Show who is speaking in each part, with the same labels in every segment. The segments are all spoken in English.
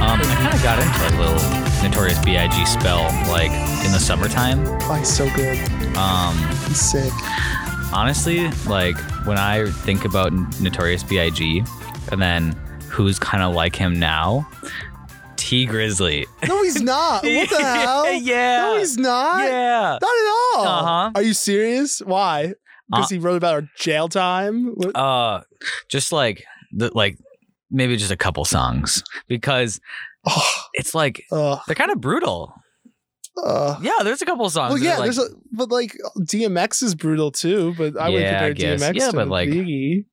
Speaker 1: Um, that little Notorious B.I.G. spell like in the summertime.
Speaker 2: Oh, he's so good.
Speaker 1: Um,
Speaker 2: He's sick.
Speaker 1: honestly, like when I think about Notorious B.I.G. and then who's kind of like him now, T Grizzly.
Speaker 2: No, he's not. Uh, What the hell?
Speaker 1: yeah.
Speaker 2: No, he's not.
Speaker 1: yeah.
Speaker 2: Not at all.
Speaker 1: Uh-huh.
Speaker 2: Are you serious? Why? Because he wrote about our jail time. What-
Speaker 1: Uh, just like the like maybe just a couple songs because
Speaker 2: Oh,
Speaker 1: it's like
Speaker 2: uh,
Speaker 1: they're kind of brutal.
Speaker 2: uh.
Speaker 1: Yeah, there's a couple songs.
Speaker 2: Well,
Speaker 1: that are,
Speaker 2: yeah,
Speaker 1: like,
Speaker 2: there's a, but like DMX is brutal too. But I would
Speaker 1: Yeah, I
Speaker 2: compare
Speaker 1: guess.
Speaker 2: DMX
Speaker 1: Yeah,
Speaker 2: to
Speaker 1: but,
Speaker 2: the
Speaker 1: like-
Speaker 2: Biggie.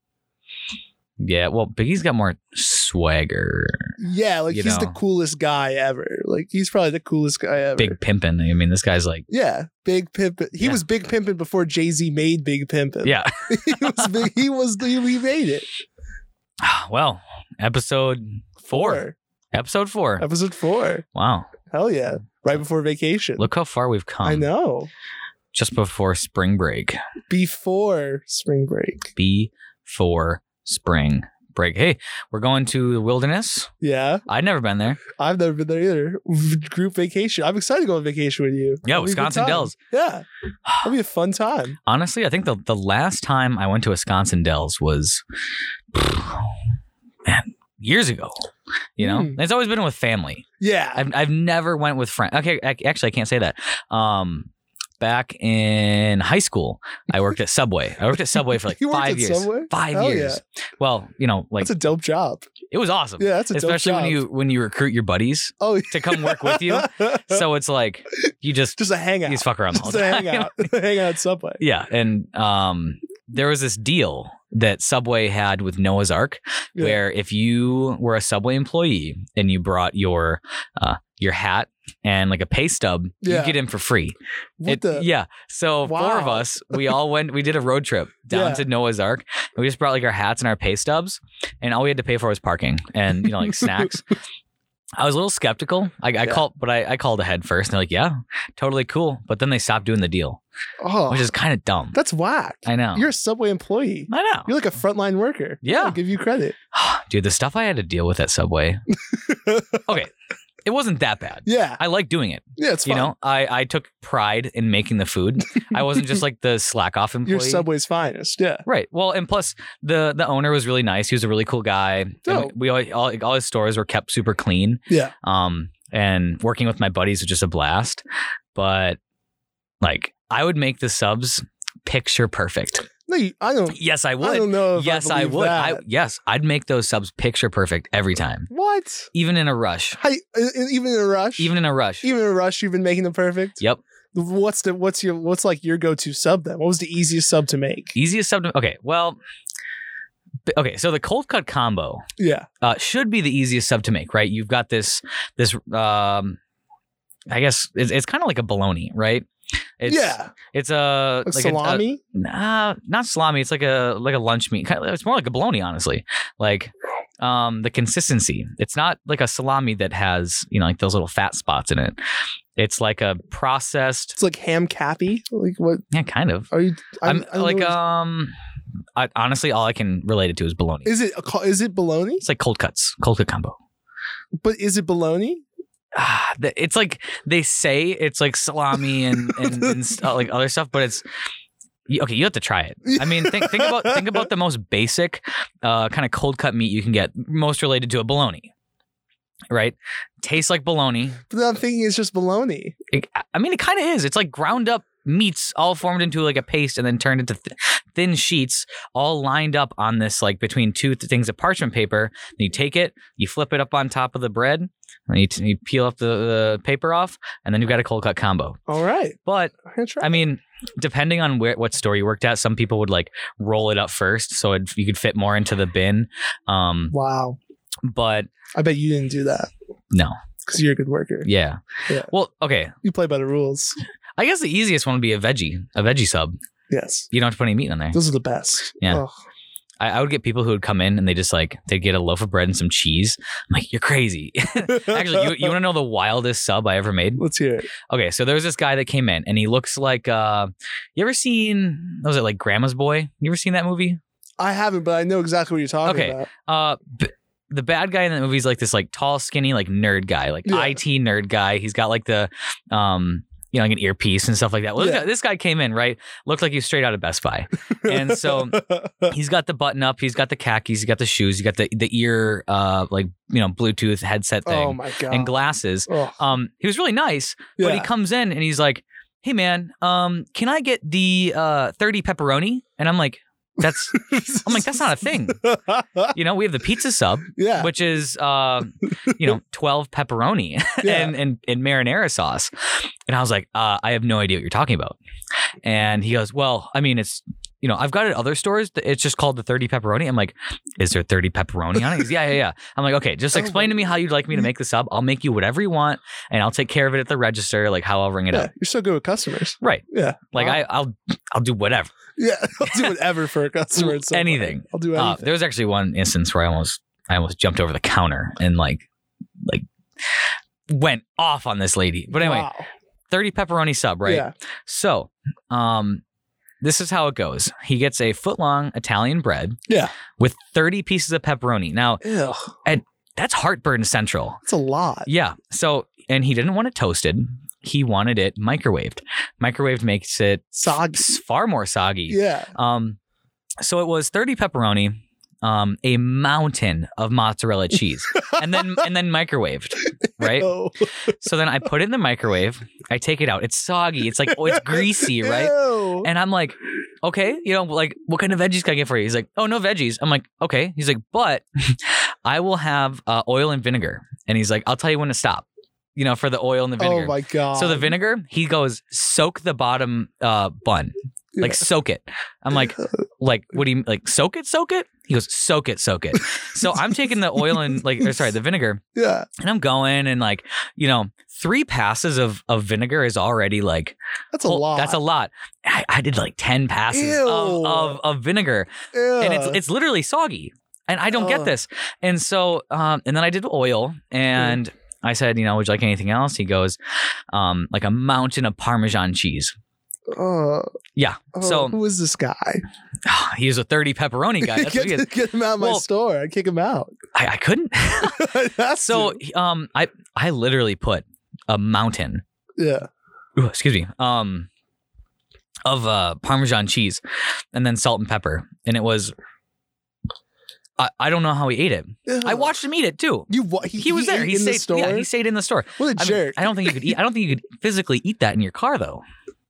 Speaker 1: yeah. Well, Biggie's got more swagger.
Speaker 2: Yeah, like
Speaker 1: you
Speaker 2: he's the
Speaker 1: know.
Speaker 2: coolest guy ever. Like he's probably the coolest guy ever.
Speaker 1: Big pimpin'. I mean, this guy's like,
Speaker 2: Yeah, Big Pimpin. He
Speaker 1: Yeah.
Speaker 2: was Big Pimpin before Jay Z made Big Pimpin.
Speaker 1: yeah.
Speaker 2: he was. Big, he was. the- He made it.
Speaker 1: Well, episode four. Episode four.
Speaker 2: Episode four.
Speaker 1: Wow.
Speaker 2: Hell yeah! Right before vacation.
Speaker 1: Look um, how far we've come.
Speaker 2: I know.
Speaker 1: Just before spring break.
Speaker 2: Before spring break.
Speaker 1: Before spring break. Hey, we're going to the wilderness.
Speaker 2: Yeah,
Speaker 1: I'd never been there.
Speaker 2: I've never been there either. Group vacation. I'm excited to go on vacation with you.
Speaker 1: Yeah,
Speaker 2: It'll be a good
Speaker 1: Wisconsin
Speaker 2: time.
Speaker 1: Dells.
Speaker 2: Yeah, it'll be a fun time.
Speaker 1: Honestly, I think the, the last time I went to Wisconsin Dells was man, years ago. You know,
Speaker 2: Hmm.
Speaker 1: it's always been with family.
Speaker 2: Yeah,
Speaker 1: I've I've never went with friends. Okay, ac- actually, I can't say that. Um, back in high school, I worked at Subway. I worked at Subway for like
Speaker 2: You worked
Speaker 1: five
Speaker 2: at
Speaker 1: years.
Speaker 2: Subway?
Speaker 1: Five
Speaker 2: Hell
Speaker 1: years. Well, you know, like
Speaker 2: that's a dope job.
Speaker 1: it was awesome.
Speaker 2: Yeah, that's a
Speaker 1: Especially
Speaker 2: dope job.
Speaker 1: when you when you recruit your buddies
Speaker 2: oh
Speaker 1: to come work with you. So it's like you just
Speaker 2: just a
Speaker 1: you
Speaker 2: hangout.
Speaker 1: just fuck around the whole
Speaker 2: Just a
Speaker 1: time.
Speaker 2: hangout. hangout at subway.
Speaker 1: Yeah, and um, there was this deal that Subway had with Noah's Ark,
Speaker 2: Yeah.
Speaker 1: where if you were a Subway employee and you brought your uh, your hat and like a pay stub,
Speaker 2: Yeah.
Speaker 1: you get in for free.
Speaker 2: What
Speaker 1: It-
Speaker 2: the?
Speaker 1: Yeah. So four of
Speaker 2: Wow.
Speaker 1: us, we all went. We did a road trip down
Speaker 2: Yeah.
Speaker 1: to Noah's Ark, and we just brought like our hats and our pay stubs, and all we had to pay for was parking and you know like snacks. I was a little skeptical. I, I
Speaker 2: Yeah.
Speaker 1: called, but I, I called ahead first. And they're like, "Yeah, totally cool," but then they stopped doing the deal,
Speaker 2: Oh,
Speaker 1: which is kind of dumb.
Speaker 2: that's whack.
Speaker 1: I know.
Speaker 2: You're a subway employee.
Speaker 1: I know.
Speaker 2: You're like a frontline worker.
Speaker 1: Yeah.
Speaker 2: I'll give you credit.
Speaker 1: Dude, the stuff I had to deal with at Subway. okay. It wasn't that bad.
Speaker 2: Yeah.
Speaker 1: I like doing it.
Speaker 2: Yeah, it's
Speaker 1: you
Speaker 2: fine.
Speaker 1: know, I, I took pride in making the food. I wasn't just like the slack off employee.
Speaker 2: You're Subway's finest. Yeah.
Speaker 1: Right. Well, and plus the the owner was really nice. He was a really cool guy. And
Speaker 2: Dope.
Speaker 1: we all, all all his stores were kept super clean.
Speaker 2: Yeah.
Speaker 1: Um, and working with my buddies was just a blast. But like, I would make the subs picture perfect.
Speaker 2: No, you, I don't.
Speaker 1: Yes, I
Speaker 2: I
Speaker 1: would.
Speaker 2: don't know. Oh, If
Speaker 1: yes,
Speaker 2: I,
Speaker 1: I,
Speaker 2: believe
Speaker 1: would. I,
Speaker 2: that.
Speaker 1: yes, I'd make those subs picture perfect every time,
Speaker 2: what?
Speaker 1: even in a rush.
Speaker 2: How, you- e- e- even in a rush.
Speaker 1: Even in a rush.
Speaker 2: even in a rush, you've been making them perfect.
Speaker 1: Yep.
Speaker 2: What's the what's your what's like your go to sub then? What was the easiest sub to make?
Speaker 1: Easiest sub. to- Okay. Well. b- Okay. So the cold cut combo
Speaker 2: Yeah.
Speaker 1: uh, should be the easiest sub to make, right? You've got this. This. Um. I guess it's, it's kind of like a bologna, right? It's,
Speaker 2: yeah.
Speaker 1: It's a
Speaker 2: Like,
Speaker 1: a- uh, a-
Speaker 2: salami.
Speaker 1: nah, not salami. It's like a like a lunch meat. Kind of- It's more like a bologna, honestly. Like um the consistency. It's not like a salami that has you know like those little fat spots in it. It's like a processed.
Speaker 2: it's like ham cappy. Like what
Speaker 1: Yeah, kind of.
Speaker 2: are you?
Speaker 1: I'm,
Speaker 2: I don't
Speaker 1: like
Speaker 2: know.
Speaker 1: um, I, honestly, all I can relate it to is bologna.
Speaker 2: is it a, co- is it bologna?
Speaker 1: It's like cold cuts, cold cut combo.
Speaker 2: But is it bologna?
Speaker 1: Ah, the- it's like they say it's like salami and and, and st- like other stuff, but it's you- okay. You have to try it. I mean, think think about think about the most basic uh, kind of cold cut meat you can get, most related to a bologna. Right, tastes like bologna.
Speaker 2: But then I'm thinking it's just bologna.
Speaker 1: It- I mean, it kind of is. It's like ground up meats, all formed into like a paste and then turned into th- thin sheets, all lined up on this like between two th- things of parchment paper. And you take it, you flip it up on top of the bread, and then you, t- you peel up the, the paper off, and then you've got a cold cut combo.
Speaker 2: All right,
Speaker 1: But
Speaker 2: I'm gonna try.
Speaker 1: I mean, depending on where what store you worked at, some people would like roll it up first, so it, you could fit more into the bin. Um,
Speaker 2: wow,
Speaker 1: but
Speaker 2: I bet you didn't do that
Speaker 1: no,
Speaker 2: because you're a good worker.
Speaker 1: yeah.
Speaker 2: Yeah.
Speaker 1: Well, okay.
Speaker 2: You play by the rules.
Speaker 1: I guess the easiest one would be a veggie, a veggie sub.
Speaker 2: Yes,
Speaker 1: You don't have to put any meat on there.
Speaker 2: those are the best. Oh.
Speaker 1: Yeah.
Speaker 2: Ugh.
Speaker 1: I, I would get people who would come in and they just like they'd get a loaf of bread and some cheese. I'm like, you're crazy. Actually, you, you want to know the wildest sub I ever made?
Speaker 2: Let's hear it.
Speaker 1: Okay, so there was this guy that came in and he looks like uh, you ever seen what was it like Grandma's Boy? You ever seen that movie?
Speaker 2: I haven't, but I know exactly what you're talking
Speaker 1: Okay.
Speaker 2: about.
Speaker 1: Uh, b- the bad guy in the movie is like this like tall, skinny, like nerd guy, like
Speaker 2: Yeah.
Speaker 1: IT nerd guy. He's got like the um you know, like an earpiece and stuff like that. Well, this,
Speaker 2: Yeah.
Speaker 1: guy, this guy came in, right? Looked like he was straight out of Best Buy. And so
Speaker 2: Oh
Speaker 1: he's got the button up, he's got the khakis, he's got the shoes, he's got the the ear uh like, you know, Bluetooth headset
Speaker 2: oh
Speaker 1: thing
Speaker 2: my god.
Speaker 1: and glasses.
Speaker 2: oh,
Speaker 1: Um he was really nice,
Speaker 2: yeah.
Speaker 1: but he comes in and he's like, "Hey man, um, can I get the uh, thirty pepperoni?" And I'm like, "That's," I'm like, oh "That's not a thing." You know, we have the pizza sub,
Speaker 2: yeah.
Speaker 1: which is, uh, you know, twelve pepperoni
Speaker 2: yeah.
Speaker 1: and, and and marinara sauce. And I was like, uh, "I have no idea what you're talking about." And he goes, "Well, I mean, it's." You know, I've got it at other stores. th- It's just called the 30 pepperoni. I'm like, is there 30 pepperoni on it? He's, yeah, yeah, yeah. I'm like, okay, just
Speaker 2: Oh
Speaker 1: explain
Speaker 2: my-
Speaker 1: to me how you'd like me to make the sub. I'll make you whatever you want and I'll take care of it at the register, like how I'll ring it
Speaker 2: yeah.
Speaker 1: up.
Speaker 2: You're so good with customers.
Speaker 1: Right.
Speaker 2: Yeah.
Speaker 1: Like
Speaker 2: Wow.
Speaker 1: I, I'll I'll do whatever.
Speaker 2: Yeah. I'll do whatever for a customer. at some point.
Speaker 1: Anything.
Speaker 2: I'll do
Speaker 1: Uh,
Speaker 2: anything.
Speaker 1: there was actually one instance where I almost I almost jumped over the counter and like like went off on this lady. But anyway,
Speaker 2: Wow.
Speaker 1: thirty pepperoni sub, right?
Speaker 2: Yeah.
Speaker 1: So, um, this is how it goes. He gets a foot long Italian bread.
Speaker 2: Yeah.
Speaker 1: With thirty pieces of pepperoni. Now
Speaker 2: Ew,
Speaker 1: that's heartburn central.
Speaker 2: that's a lot.
Speaker 1: Yeah. So and he didn't want it toasted. He wanted it microwaved. Microwaved makes it
Speaker 2: Soggy.
Speaker 1: far more soggy.
Speaker 2: Yeah.
Speaker 1: Um, so it was 30 pepperoni, um, a mountain of mozzarella cheese, and then and then microwaved, right?
Speaker 2: Oh.
Speaker 1: So then I put it in the microwave. I take it out. It's soggy. It's like oh, it's greasy, right?
Speaker 2: Ew.
Speaker 1: And I'm like, okay, you know, like what kind of veggies can I get for you? He's like, oh, no veggies. I'm like, okay. He's like, but I will have uh, oil and vinegar. And he's like, I'll tell you when to stop. You know, for the oil and the vinegar.
Speaker 2: oh my god.
Speaker 1: So the vinegar, he goes soak the bottom uh, bun, like
Speaker 2: Yeah.
Speaker 1: soak it. I'm like, like what do you like soak it, soak it? He goes soak it, soak it. So I'm taking the oil and like, or sorry, the vinegar,
Speaker 2: Yeah.
Speaker 1: and I'm going and like, you know, three passes of of vinegar is already like
Speaker 2: That's a
Speaker 1: oh,
Speaker 2: lot.
Speaker 1: That's a lot. I, I did like ten passes
Speaker 2: Ew.
Speaker 1: of, of of vinegar,
Speaker 2: Ew.
Speaker 1: and it's it's literally soggy, and I don't get
Speaker 2: Ugh. Mm.
Speaker 1: this. And so, um, and then I did oil and. I said, you know, would you like anything else? He goes, um, like a mountain of Parmesan cheese.
Speaker 2: Uh,
Speaker 1: Yeah.
Speaker 2: oh,
Speaker 1: So-
Speaker 2: who is this guy?
Speaker 1: He's a 30 pepperoni guy. That's
Speaker 2: get,
Speaker 1: what he is.
Speaker 2: get him out of my
Speaker 1: Well-
Speaker 2: store. I kick him out.
Speaker 1: I, I couldn't.
Speaker 2: I have
Speaker 1: so
Speaker 2: to.
Speaker 1: um, I, I literally put a mountain,
Speaker 2: yeah.
Speaker 1: ooh, excuse me, um, of uh, Parmesan cheese and then salt and pepper. And it was, I, I don't know how he ate it. I
Speaker 2: Ew.
Speaker 1: watched him eat it too.
Speaker 2: You wa-
Speaker 1: He was there.
Speaker 2: ate
Speaker 1: He
Speaker 2: in the
Speaker 1: stayed.
Speaker 2: store.
Speaker 1: Yeah, he stayed in the store.
Speaker 2: what a
Speaker 1: I, mean,
Speaker 2: jerk!
Speaker 1: I don't think you could eat. I don't think you could physically eat that in your car, though.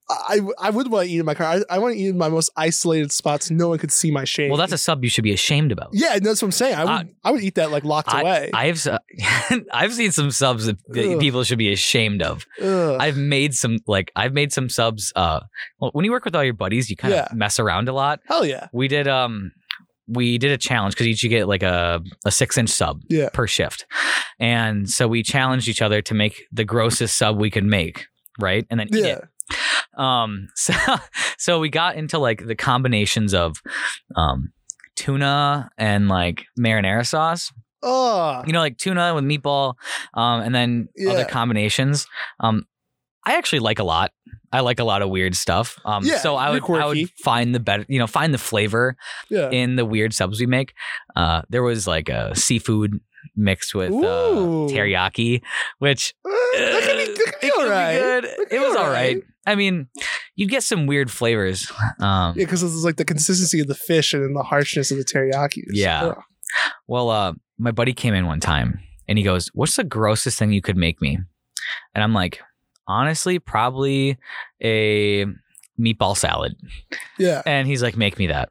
Speaker 2: I, I would want to eat in my car. I, I want to eat in my most isolated spots. No one could see my shame.
Speaker 1: Well, that's a sub you should be ashamed about.
Speaker 2: yeah. That's what I'm saying. I would I would eat that like locked away.
Speaker 1: I've s- I've seen some subs that, that
Speaker 2: Ugh.
Speaker 1: people should be ashamed of.
Speaker 2: Ugh.
Speaker 1: I've made some like I've made some subs. Uh, well, when you work with all your buddies, you kind
Speaker 2: Yeah.
Speaker 1: of mess around a lot.
Speaker 2: Hell yeah.
Speaker 1: We did um we did a challenge because each you get like a a six inch sub
Speaker 2: Yeah.
Speaker 1: per shift, and so we challenged each other to make the grossest sub we could make. Right, and then eat
Speaker 2: Yeah.
Speaker 1: it. Um, so so we got into like the combinations of um tuna and like marinara sauce
Speaker 2: Oh.
Speaker 1: you know, like tuna with meatball, um, and then
Speaker 2: Yeah.
Speaker 1: other combinations. Um, I actually like a lot. I like a lot of weird stuff. Um,
Speaker 2: Yeah,
Speaker 1: so I
Speaker 2: you're
Speaker 1: would I
Speaker 2: quirky.
Speaker 1: would find the better, you know, find the flavor
Speaker 2: Yeah.
Speaker 1: in the weird subs we make. Uh, there was like a seafood mixed with
Speaker 2: Ooh.
Speaker 1: uh, teriyaki, which
Speaker 2: Uh, that could be, that could be
Speaker 1: it could
Speaker 2: all right.
Speaker 1: good.
Speaker 2: could be
Speaker 1: It was
Speaker 2: all
Speaker 1: all right.
Speaker 2: right.
Speaker 1: I mean, you get some weird flavors. Um,
Speaker 2: Yeah, because it's like the consistency of the fish and then the harshness of the teriyaki.
Speaker 1: Yeah.
Speaker 2: Ugh.
Speaker 1: Well, uh, my buddy came in one time and he goes, What's the grossest thing you could make me? And I'm like, Honestly, probably a meatball salad.
Speaker 2: Yeah.
Speaker 1: And he's like, Make me that.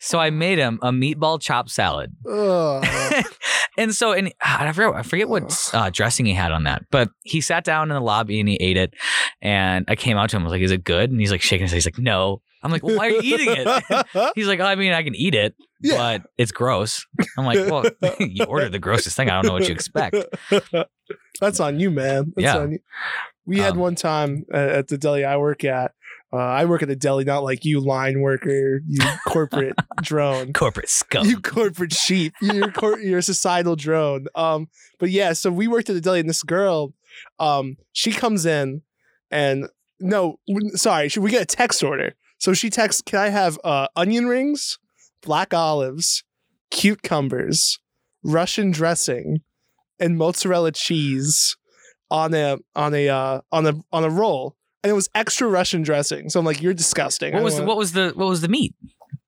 Speaker 1: So I made him a meatball chopped salad.
Speaker 2: Ugh.
Speaker 1: and so, and ah, I forget, I forget what uh, dressing he had on that, but he sat down in the lobby and he ate it. And I came out to him, I was like, Is it good? And he's like, shaking his head. He's like, No. I'm like, well, Why are you eating it? He's like, I mean, I can eat it,
Speaker 2: Yeah.
Speaker 1: but it's gross. I'm like, well, you ordered the grossest thing. I don't know what you expect.
Speaker 2: That's on you, man. That's
Speaker 1: Yeah.
Speaker 2: on you. We had
Speaker 1: Um,
Speaker 2: one time uh, at the deli I work at. Uh, I work at the deli, not like you, line worker, you corporate drone.
Speaker 1: Corporate scum.
Speaker 2: You corporate sheep. You're cor- you're a societal drone. Um, but yeah, so we worked at the deli, and this girl, um, she comes in, and no, w- sorry, she, we get a text order. So she texts, "Can I have uh, onion rings, black olives, cucumbers, Russian dressing and mozzarella cheese on a on a uh, on a on a roll, and it was extra Russian dressing. So I'm like, you're disgusting. I
Speaker 1: What
Speaker 2: don't
Speaker 1: was the,
Speaker 2: wanna-
Speaker 1: what was the what was the meat?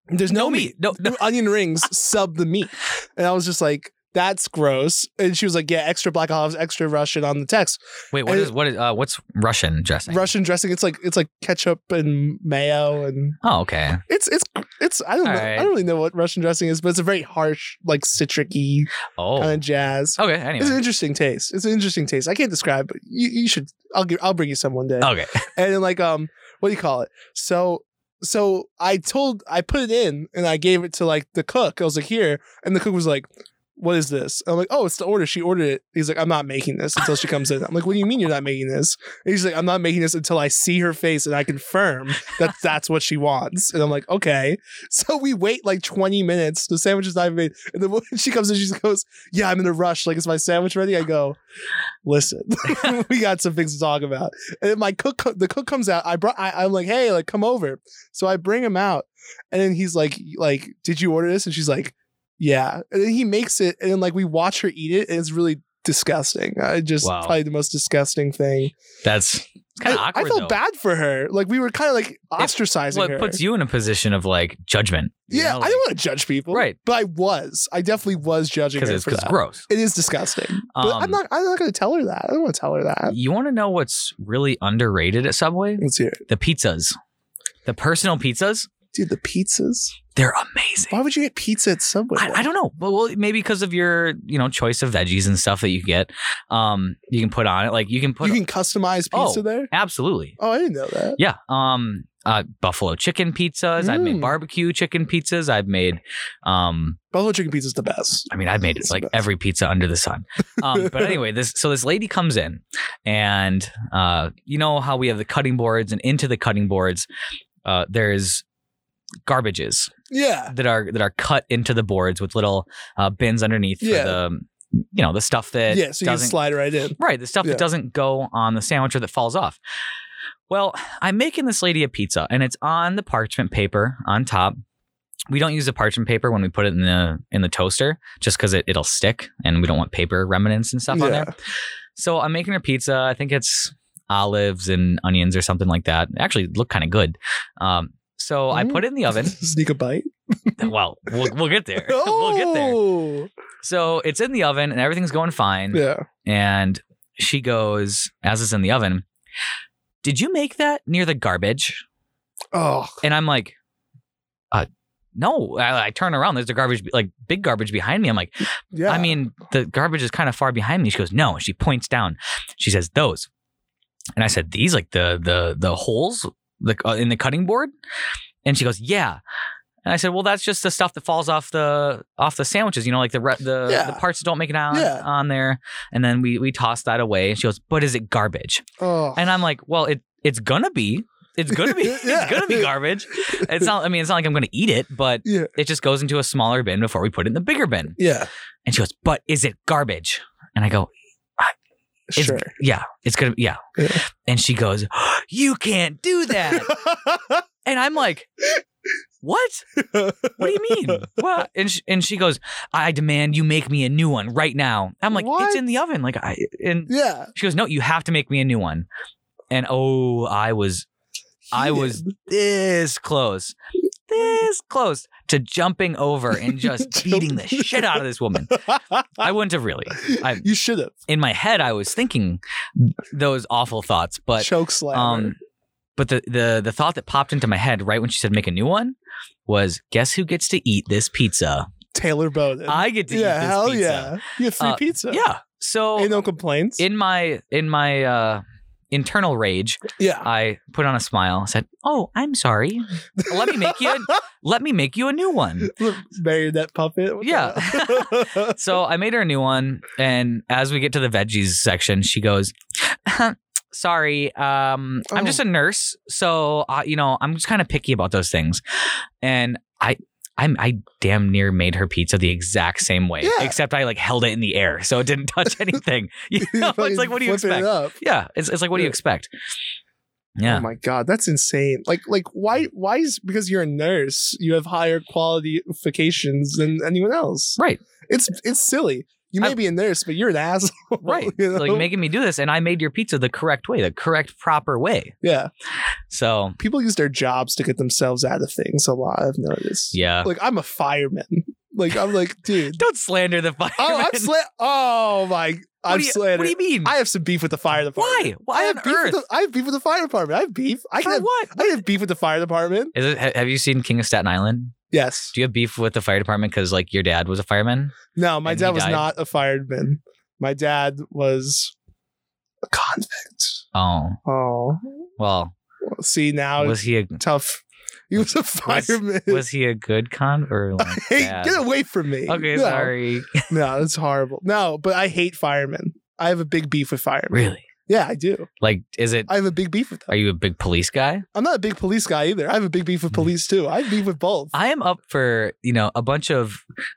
Speaker 2: There's no, meat.
Speaker 1: No, no.
Speaker 2: Onion rings sub the meat, and I was just like, that's gross. And she was like, yeah, extra black olives, extra Russian on the text.
Speaker 1: Wait, what
Speaker 2: And-
Speaker 1: is what is uh, what's Russian dressing?
Speaker 2: Russian dressing. It's like it's like ketchup and mayo and
Speaker 1: oh, okay.
Speaker 2: It's it's it's I don't know I
Speaker 1: Alright.
Speaker 2: don't really know what Russian dressing is, but it's a very harsh, like citricy
Speaker 1: Oh,
Speaker 2: kind of jazz.
Speaker 1: okay.
Speaker 2: It's an
Speaker 1: Anyway,
Speaker 2: interesting taste. It's an interesting taste. I can't describe, but you, you should. I'll give. I'll bring you some one day.
Speaker 1: okay.
Speaker 2: And then like um, what do you call it? So so I told I put it in and I gave it to like the cook. I was like here, and the cook was like, "What is this?" I'm like, "Oh, it's the order. She ordered it." He's like, "I'm not making this until she comes in." I'm like, "What do you mean you're not making this?" And he's like, "I'm not making this until I see her face and I confirm that that's what she wants." And I'm like, "Okay." So we wait like 20 minutes. The sandwich is not made, and then when she comes in, she just goes, "Yeah, I'm in a rush. Like, is my sandwich ready?" I go, "Listen, we got some things to talk about." And then my cook, co- the cook comes out. I brought. I, I'm like, hey, like, come over. So I bring him out, and then he's like, like, did you order this? And she's like, yeah. And then he makes it, and then like we watch her eat it, and it's really disgusting. I just
Speaker 1: Wow.
Speaker 2: probably the most disgusting thing.
Speaker 1: That's kind of
Speaker 2: I,
Speaker 1: awkward.
Speaker 2: I felt
Speaker 1: though.
Speaker 2: bad for her. Like we were kind of like ostracizing
Speaker 1: Well,
Speaker 2: her.
Speaker 1: it puts you in a position of like judgment. you
Speaker 2: yeah,
Speaker 1: know,
Speaker 2: I
Speaker 1: like-
Speaker 2: don't want to judge people,
Speaker 1: Right.
Speaker 2: But I was. I definitely was judging her
Speaker 1: because it's
Speaker 2: for
Speaker 1: because
Speaker 2: that.
Speaker 1: gross.
Speaker 2: It is disgusting. but I'm
Speaker 1: Um,
Speaker 2: not. I'm not going to tell her that. I don't want to tell her that.
Speaker 1: You want to know what's really underrated at Subway?
Speaker 2: Let's hear it.
Speaker 1: The pizzas, the personal pizzas.
Speaker 2: Dude, the pizzas.
Speaker 1: They're amazing.
Speaker 2: Why would you get pizza at Subway?
Speaker 1: I, I don't know, but well, maybe because of your you know choice of veggies and stuff that you get, um, you can put on it. Like you can put
Speaker 2: you can customize
Speaker 1: Oh.
Speaker 2: pizza there.
Speaker 1: absolutely,
Speaker 2: Oh, I didn't know that.
Speaker 1: yeah. Um, uh, buffalo chicken pizzas. I've made
Speaker 2: Mm.
Speaker 1: barbecue chicken pizzas. I've made, um,
Speaker 2: Buffalo chicken pizza is the best.
Speaker 1: I mean, I've made
Speaker 2: It's
Speaker 1: like
Speaker 2: the best.
Speaker 1: every pizza under the sun. Um, but anyway, this so this lady comes in, and uh, you know how we have the cutting boards, and into the cutting boards, uh, there's garbages
Speaker 2: Yeah.
Speaker 1: that are that are cut into the boards with little uh, bins underneath
Speaker 2: Yeah.
Speaker 1: for the you know the stuff that
Speaker 2: yeah. So you can
Speaker 1: doesn't
Speaker 2: slide right in.
Speaker 1: right the stuff
Speaker 2: Yeah.
Speaker 1: that doesn't go on the sandwich or that falls off. Well, I'm making this lady a pizza, and it's on the parchment paper on top. We don't use the parchment paper when we put it in the in the toaster, just because it, it'll stick, and we don't want paper remnants and stuff on
Speaker 2: Yeah.
Speaker 1: there. So I'm making her pizza. I think it's olives and onions or something like that. Actually, it looked kind of good. Um, so I
Speaker 2: Mm.
Speaker 1: put it in the oven.
Speaker 2: Sneak a bite. Mm.
Speaker 1: well, we'll we'll get there.
Speaker 2: Oh.
Speaker 1: We'll get there. So it's in the oven and everything's going fine.
Speaker 2: Yeah.
Speaker 1: And she goes, as it's in the oven, did you make that near the garbage?
Speaker 2: Oh.
Speaker 1: And I'm like, uh, no. I, I turn around. There's a garbage, like big garbage behind me. I'm like,
Speaker 2: Yeah.
Speaker 1: I mean, the garbage is kind of far behind me. She goes, no. She points down. She says, those. And I said, these, like the the the holes the, uh, in the cutting board. And she goes, yeah. And I said, well, that's just the stuff that falls off the off the sandwiches, you know, like the re- the,
Speaker 2: Yeah.
Speaker 1: the parts that don't make it on,
Speaker 2: Yeah.
Speaker 1: on there. And then we we toss that away. And she goes, but is it garbage?
Speaker 2: Oh.
Speaker 1: And I'm like, well, it it's gonna be. It's gonna be.
Speaker 2: Yeah.
Speaker 1: It's gonna be garbage. It's not. I mean, it's not like I'm gonna eat it, but
Speaker 2: Yeah.
Speaker 1: it just goes into a smaller bin before we put it in the bigger bin.
Speaker 2: Yeah.
Speaker 1: And she goes, but is it garbage? And I go, it's,
Speaker 2: Sure.
Speaker 1: yeah, it's gonna, yeah.
Speaker 2: Yeah.
Speaker 1: And she goes, you can't do that. and I'm like, what? What do you mean? What? And she, and she goes, I demand you make me a new one right now. I'm like,
Speaker 2: What?
Speaker 1: it's in the oven. Like I and
Speaker 2: yeah.
Speaker 1: she goes, no, you have to make me a new one. And oh, I was I was this close, this close to jumping over and just beating the shit out of this woman. I wouldn't have really. I-
Speaker 2: you should have
Speaker 1: In my head, I was thinking those awful thoughts, but
Speaker 2: choke slam.
Speaker 1: um, but the the the thought that popped into my head right when she said make a new one was guess who gets to eat this pizza?
Speaker 2: Taylor Bowden.
Speaker 1: I get to eat
Speaker 2: Uh, yeah.
Speaker 1: this
Speaker 2: Hell
Speaker 1: pizza.
Speaker 2: yeah. You get free
Speaker 1: Uh,
Speaker 2: pizza.
Speaker 1: Yeah. So
Speaker 2: Ain't no complaints.
Speaker 1: in my in my uh internal rage,
Speaker 2: yeah.
Speaker 1: I put on a smile, said, "Oh, I'm sorry. Let me make you let me make you a new one."
Speaker 2: Look, marionette puppet. What the
Speaker 1: Yeah.
Speaker 2: hell?
Speaker 1: So I made her a new one, and as we get to the veggies section, she goes, "Sorry, um, I'm
Speaker 2: Oh.
Speaker 1: just a nurse, so uh, you know I'm just kind of picky about those things." And I, I, I damn near made her pizza the exact same way,
Speaker 2: Yeah.
Speaker 1: except I like held it in the air, so it didn't touch anything. You
Speaker 2: You
Speaker 1: know,
Speaker 2: fucking
Speaker 1: it's like what do you
Speaker 2: flip it
Speaker 1: expect?
Speaker 2: up.
Speaker 1: Yeah, it's it's like what do you
Speaker 2: Yeah.
Speaker 1: expect?
Speaker 2: Oh
Speaker 1: Yeah.
Speaker 2: my god, that's insane. Like like why why is because you're a nurse, you have higher qualifications than anyone else.
Speaker 1: Right.
Speaker 2: It's it's silly. You may
Speaker 1: I-
Speaker 2: be a nurse, but you're an asshole.
Speaker 1: Right.
Speaker 2: you
Speaker 1: Like
Speaker 2: know?
Speaker 1: making me do this and I made your pizza the correct way, the correct proper way.
Speaker 2: yeah.
Speaker 1: So,
Speaker 2: People use their jobs to get themselves out of things a lot, I've noticed.
Speaker 1: yeah.
Speaker 2: Like I'm a fireman. Like I'm like, dude.
Speaker 1: Don't slander the fire.
Speaker 2: Oh, I'm sla- Oh my
Speaker 1: what,
Speaker 2: I'm
Speaker 1: do you,
Speaker 2: slandered.
Speaker 1: what do you mean?
Speaker 2: I have some beef with the fire department.
Speaker 1: Why?
Speaker 2: I
Speaker 1: Why
Speaker 2: have
Speaker 1: on
Speaker 2: beef
Speaker 1: earth?
Speaker 2: With the, I have beef with the fire department. I have beef. I can
Speaker 1: For
Speaker 2: have,
Speaker 1: what?
Speaker 2: I can have beef with the fire department.
Speaker 1: Is it, ha- have you seen King of Staten Island?
Speaker 2: Yes.
Speaker 1: Do you have beef with the fire department because like your dad was a fireman?
Speaker 2: No, my
Speaker 1: And
Speaker 2: dad
Speaker 1: he
Speaker 2: was
Speaker 1: died?
Speaker 2: not a fireman. My dad was a convict.
Speaker 1: Oh,
Speaker 2: Oh,
Speaker 1: well,
Speaker 2: see now
Speaker 1: was he a
Speaker 2: it's tough. He was a
Speaker 1: was,
Speaker 2: fireman.
Speaker 1: was he a good con or like
Speaker 2: hey,
Speaker 1: bad?
Speaker 2: get away from me!
Speaker 1: Okay,
Speaker 2: no,
Speaker 1: sorry.
Speaker 2: No, that's horrible. No, but I hate firemen. I have a big beef with firemen.
Speaker 1: really?
Speaker 2: Yeah, I do.
Speaker 1: Like, is it?
Speaker 2: I have a big beef with them.
Speaker 1: Are you a big police guy?
Speaker 2: I'm not a big police guy either. I have a big beef with police too. I have beef with both.
Speaker 1: I am up for you know a bunch of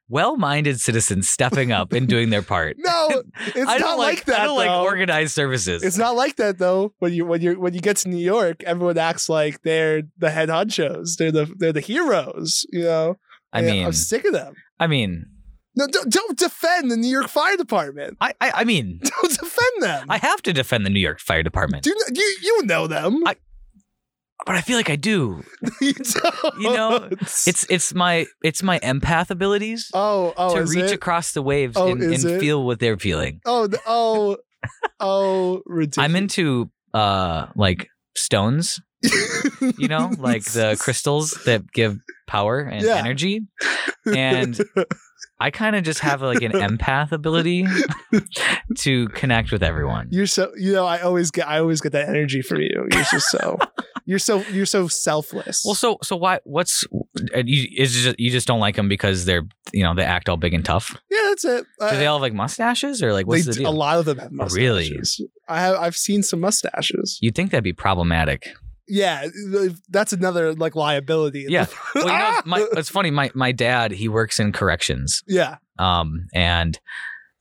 Speaker 1: well-minded citizens stepping up and doing their part.
Speaker 2: No, it's
Speaker 1: I don't
Speaker 2: not like, that.
Speaker 1: I don't like
Speaker 2: though.
Speaker 1: organized services.
Speaker 2: It's not like that though. When you when you when you get to New York, everyone acts like they're the head honchos. They're the they're the heroes. You know.
Speaker 1: I
Speaker 2: And
Speaker 1: mean,
Speaker 2: I'm sick of them.
Speaker 1: I mean,
Speaker 2: No, don't, don't defend the New York Fire Department.
Speaker 1: I, I, I mean,
Speaker 2: Don't defend them.
Speaker 1: I have to defend the New York Fire Department,
Speaker 2: Do you, kn- you you know them?
Speaker 1: I- but I feel like I do.
Speaker 2: you don't.
Speaker 1: You know, It's it's my it's my empath abilities
Speaker 2: oh oh
Speaker 1: to
Speaker 2: is it?
Speaker 1: reach across the waves
Speaker 2: Oh,
Speaker 1: and,
Speaker 2: is
Speaker 1: and
Speaker 2: it?
Speaker 1: feel what they're feeling.
Speaker 2: oh th- oh oh ridiculous.
Speaker 1: I'm into uh like stones, you know, like the crystals that give power and
Speaker 2: Yeah.
Speaker 1: energy. And I kind of just have like an empath ability to connect with everyone.
Speaker 2: You're so you know I always get I always get that energy from you. You're just so you're so you're so selfless.
Speaker 1: Well, so so why? What's uh, you? Is it just, you just don't like them because they're you know they act all big and tough?
Speaker 2: yeah, that's it.
Speaker 1: Do they all have like mustaches or like what's
Speaker 2: Uh, They
Speaker 1: the
Speaker 2: d- a
Speaker 1: deal?
Speaker 2: lot of them have
Speaker 1: Oh, really?
Speaker 2: mustaches. I have I've seen some mustaches.
Speaker 1: You'd think that'd be problematic.
Speaker 2: Yeah, th- that's another like liability.
Speaker 1: Yeah. Well, you know,
Speaker 2: Ah!
Speaker 1: my, it's funny. My my dad he works in corrections,
Speaker 2: yeah.
Speaker 1: um, and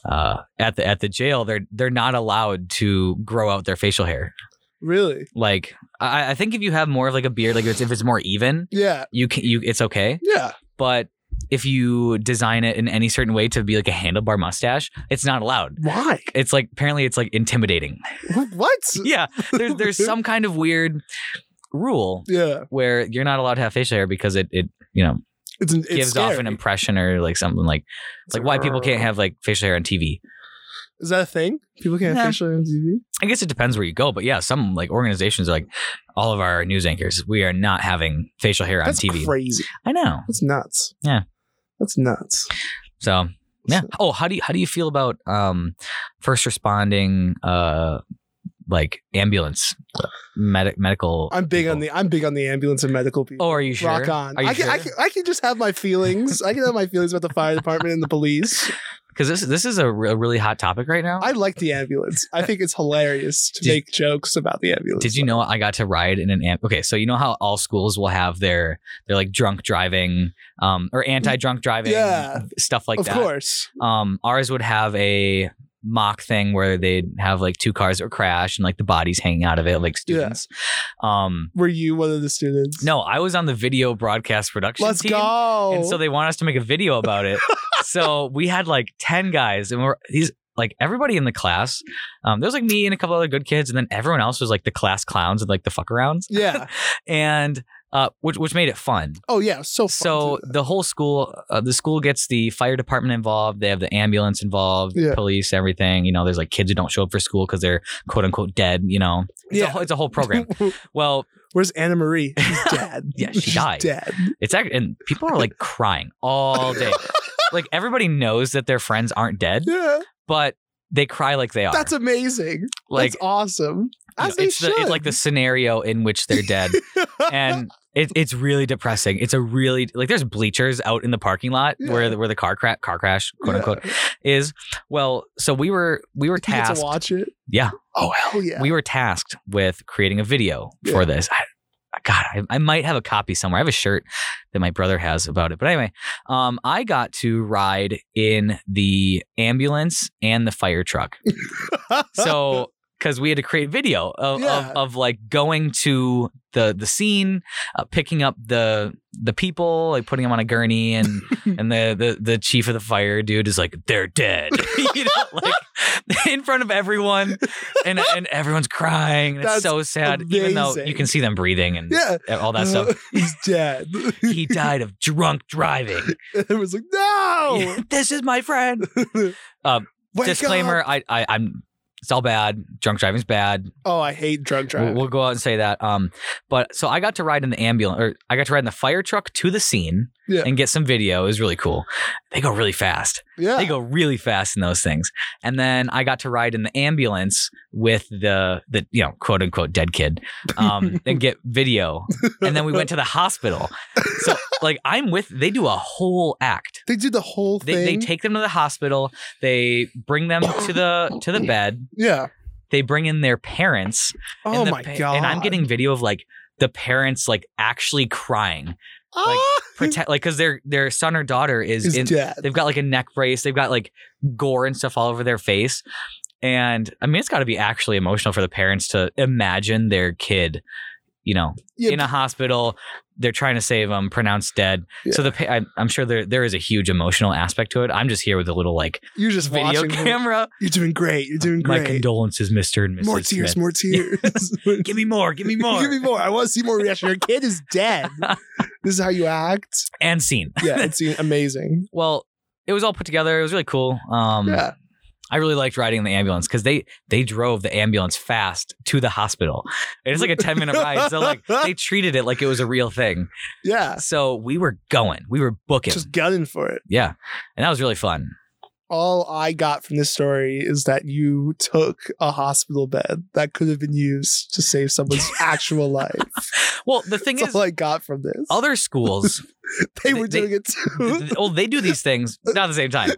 Speaker 1: uh, at the at the jail, they're they're not allowed to grow out their facial hair.
Speaker 2: Really?
Speaker 1: Like I, I think if you have more of like a beard, like if it's, if it's more even,
Speaker 2: Yeah.
Speaker 1: you can you it's okay.
Speaker 2: Yeah.
Speaker 1: But if you design it in any certain way to be like a handlebar mustache, it's not allowed.
Speaker 2: Why?
Speaker 1: It's like apparently it's like intimidating.
Speaker 2: What?
Speaker 1: yeah, there's there's some kind of weird rule
Speaker 2: Yeah.
Speaker 1: where you're not allowed to have facial hair because it it you know
Speaker 2: It's, an- it's
Speaker 1: gives off an
Speaker 2: scary.
Speaker 1: impression or like something like
Speaker 2: It's
Speaker 1: like why people can't have like facial hair on TV.
Speaker 2: Is that a thing? People can't have
Speaker 1: Nah.
Speaker 2: facial hair on TV.
Speaker 1: I guess it depends where you go, but yeah, some like organizations are like all of our news anchors, we are not having facial hair on
Speaker 2: That's
Speaker 1: TV.
Speaker 2: crazy.
Speaker 1: I know.
Speaker 2: That's nuts.
Speaker 1: Yeah.
Speaker 2: That's nuts.
Speaker 1: So yeah. Oh, how do you how do you feel about um first responding uh like ambulance medic medical
Speaker 2: I'm big on
Speaker 1: people?
Speaker 2: the I'm big on the ambulance and medical people.
Speaker 1: Oh, are you sure?
Speaker 2: Rock on.
Speaker 1: Are you
Speaker 2: I can, I
Speaker 1: sure?
Speaker 2: can I can just have my feelings. I can have my feelings about the fire department and the police.
Speaker 1: Because this this is a re- a really hot topic right now.
Speaker 2: I like the ambulance. I think it's hilarious to
Speaker 1: Did-
Speaker 2: make jokes about the ambulance.
Speaker 1: Did you know I got to ride in an amp? Okay, so you know how all schools will have their their like drunk driving, um, or anti drunk driving,
Speaker 2: Yeah.
Speaker 1: stuff like
Speaker 2: of
Speaker 1: that.
Speaker 2: course.
Speaker 1: Um, ours would have a mock thing where they'd have like two cars that would crash and like the bodies hanging out of it, like students. Um,
Speaker 2: Were you one of the students?
Speaker 1: no, I was on the video broadcast production
Speaker 2: Let's
Speaker 1: team,
Speaker 2: go.
Speaker 1: and so they want us to make a video about it. so we had like ten guys, and we're these like everybody in the class. Um, there was like me and a couple other good kids, and then everyone else was like the class clowns and like the fuck arounds,
Speaker 2: yeah.
Speaker 1: and uh, which which made it fun.
Speaker 2: Oh yeah. So fun
Speaker 1: So
Speaker 2: to-
Speaker 1: the whole school, uh, the school gets the fire department involved. They have the ambulance involved,
Speaker 2: Yeah.
Speaker 1: police, everything. You know, there's like kids who don't show up for school because they're quote unquote dead. You know, it's, a,
Speaker 2: yeah.
Speaker 1: whole- it's a whole program. well,
Speaker 2: Where's Anna Marie? She's dead.
Speaker 1: Yeah, she
Speaker 2: She's
Speaker 1: died.
Speaker 2: Dead.
Speaker 1: it's act- and people are like crying all day. like everybody knows that their friends aren't dead,
Speaker 2: Yeah.
Speaker 1: but they cry like they are.
Speaker 2: That's amazing.
Speaker 1: like
Speaker 2: That's awesome.
Speaker 1: you know,
Speaker 2: As they
Speaker 1: it's, the,
Speaker 2: should.
Speaker 1: it's like the scenario in which they're dead, and it, it's really depressing. It's a really like there's bleachers out in the parking lot where
Speaker 2: Yeah.
Speaker 1: the, where the car crash car crash quote
Speaker 2: Yeah.
Speaker 1: unquote is well so we were we were
Speaker 2: You get
Speaker 1: tasked
Speaker 2: to watch it.
Speaker 1: Yeah.
Speaker 2: Oh hell yeah.
Speaker 1: we were tasked with creating a video for
Speaker 2: Yeah.
Speaker 1: this I, I- god I, I might have a copy somewhere i have a shirt that my brother has about it but anyway um i got to ride in the ambulance and the fire truck so because we had to create video of,
Speaker 2: Yeah.
Speaker 1: of, of like going to the the scene, uh, picking up the the people, like putting them on a gurney, and and the, the the chief of the fire dude is like, they're dead, you know, like in front of everyone, and and everyone's crying. And
Speaker 2: That's
Speaker 1: it's so sad, even though
Speaker 2: amazing.
Speaker 1: you can see them breathing and uh,
Speaker 2: Yeah.
Speaker 1: all that stuff.
Speaker 2: He's dead.
Speaker 1: He died of drunk driving.
Speaker 2: it was like, no.
Speaker 1: this is my friend.
Speaker 2: Oh. Wake
Speaker 1: Disclaimer:
Speaker 2: up.
Speaker 1: I, I I'm it's all bad. Drunk driving's bad.
Speaker 2: Oh, I hate drunk
Speaker 1: We'll,
Speaker 2: driving.
Speaker 1: we'll go out and say that. Um, but so I got to ride in the ambulance, or I got to ride in the fire truck to the scene
Speaker 2: Yeah.
Speaker 1: and get some video. It was really cool. They go really fast.
Speaker 2: yeah.
Speaker 1: They go really fast in those things. And then I got to ride in the ambulance with the the you know quote unquote dead kid, um, and get video. And then we went to the hospital. So like I'm with. They do a whole act
Speaker 2: They did the whole
Speaker 1: they,
Speaker 2: thing.
Speaker 1: they take them to the hospital they bring them to the to the bed
Speaker 2: yeah.
Speaker 1: they bring in their parents and
Speaker 2: Oh
Speaker 1: the
Speaker 2: my
Speaker 1: pa-
Speaker 2: god.
Speaker 1: and i'm getting video of like the parents like actually crying
Speaker 2: Ah,
Speaker 1: protect like because their their son or daughter is
Speaker 2: is
Speaker 1: in
Speaker 2: dead.
Speaker 1: they've got like a neck brace they've got like gore and stuff all over their face and i mean it's got to be actually emotional for the parents to imagine their kid you know
Speaker 2: Yeah,
Speaker 1: in a hospital they're trying to save them pronounced dead so the pa- I, i'm sure there there is a huge emotional aspect to it i'm just here with a little like
Speaker 2: you're just
Speaker 1: video
Speaker 2: watching.
Speaker 1: camera.
Speaker 2: You're doing great. You're doing
Speaker 1: My
Speaker 2: great.
Speaker 1: condolences, Mr. and Mrs.
Speaker 2: More tears.
Speaker 1: Smith.
Speaker 2: More tears.
Speaker 1: Give me more. Give me
Speaker 2: Give
Speaker 1: more.
Speaker 2: me more. I want to see more reaction. Your kid is dead. this is how you act.
Speaker 1: and scene.
Speaker 2: Yeah, it's amazing.
Speaker 1: Well, it was all put together. It was really cool. Um,
Speaker 2: Yeah.
Speaker 1: I really liked riding in the ambulance because they they drove the ambulance fast to the hospital. It's like a ten minute ride. So like they treated it like it was a real thing.
Speaker 2: Yeah.
Speaker 1: So we were going. We were booking.
Speaker 2: Just gunning for it.
Speaker 1: yeah, and that was really fun.
Speaker 2: All I got from this story is that you took a hospital bed that could have been used to save someone's actual life.
Speaker 1: Well, the thing
Speaker 2: That's
Speaker 1: is,
Speaker 2: all I got from this.
Speaker 1: other schools,
Speaker 2: they were
Speaker 1: they-
Speaker 2: doing it too.
Speaker 1: well, they do these things not at the same time.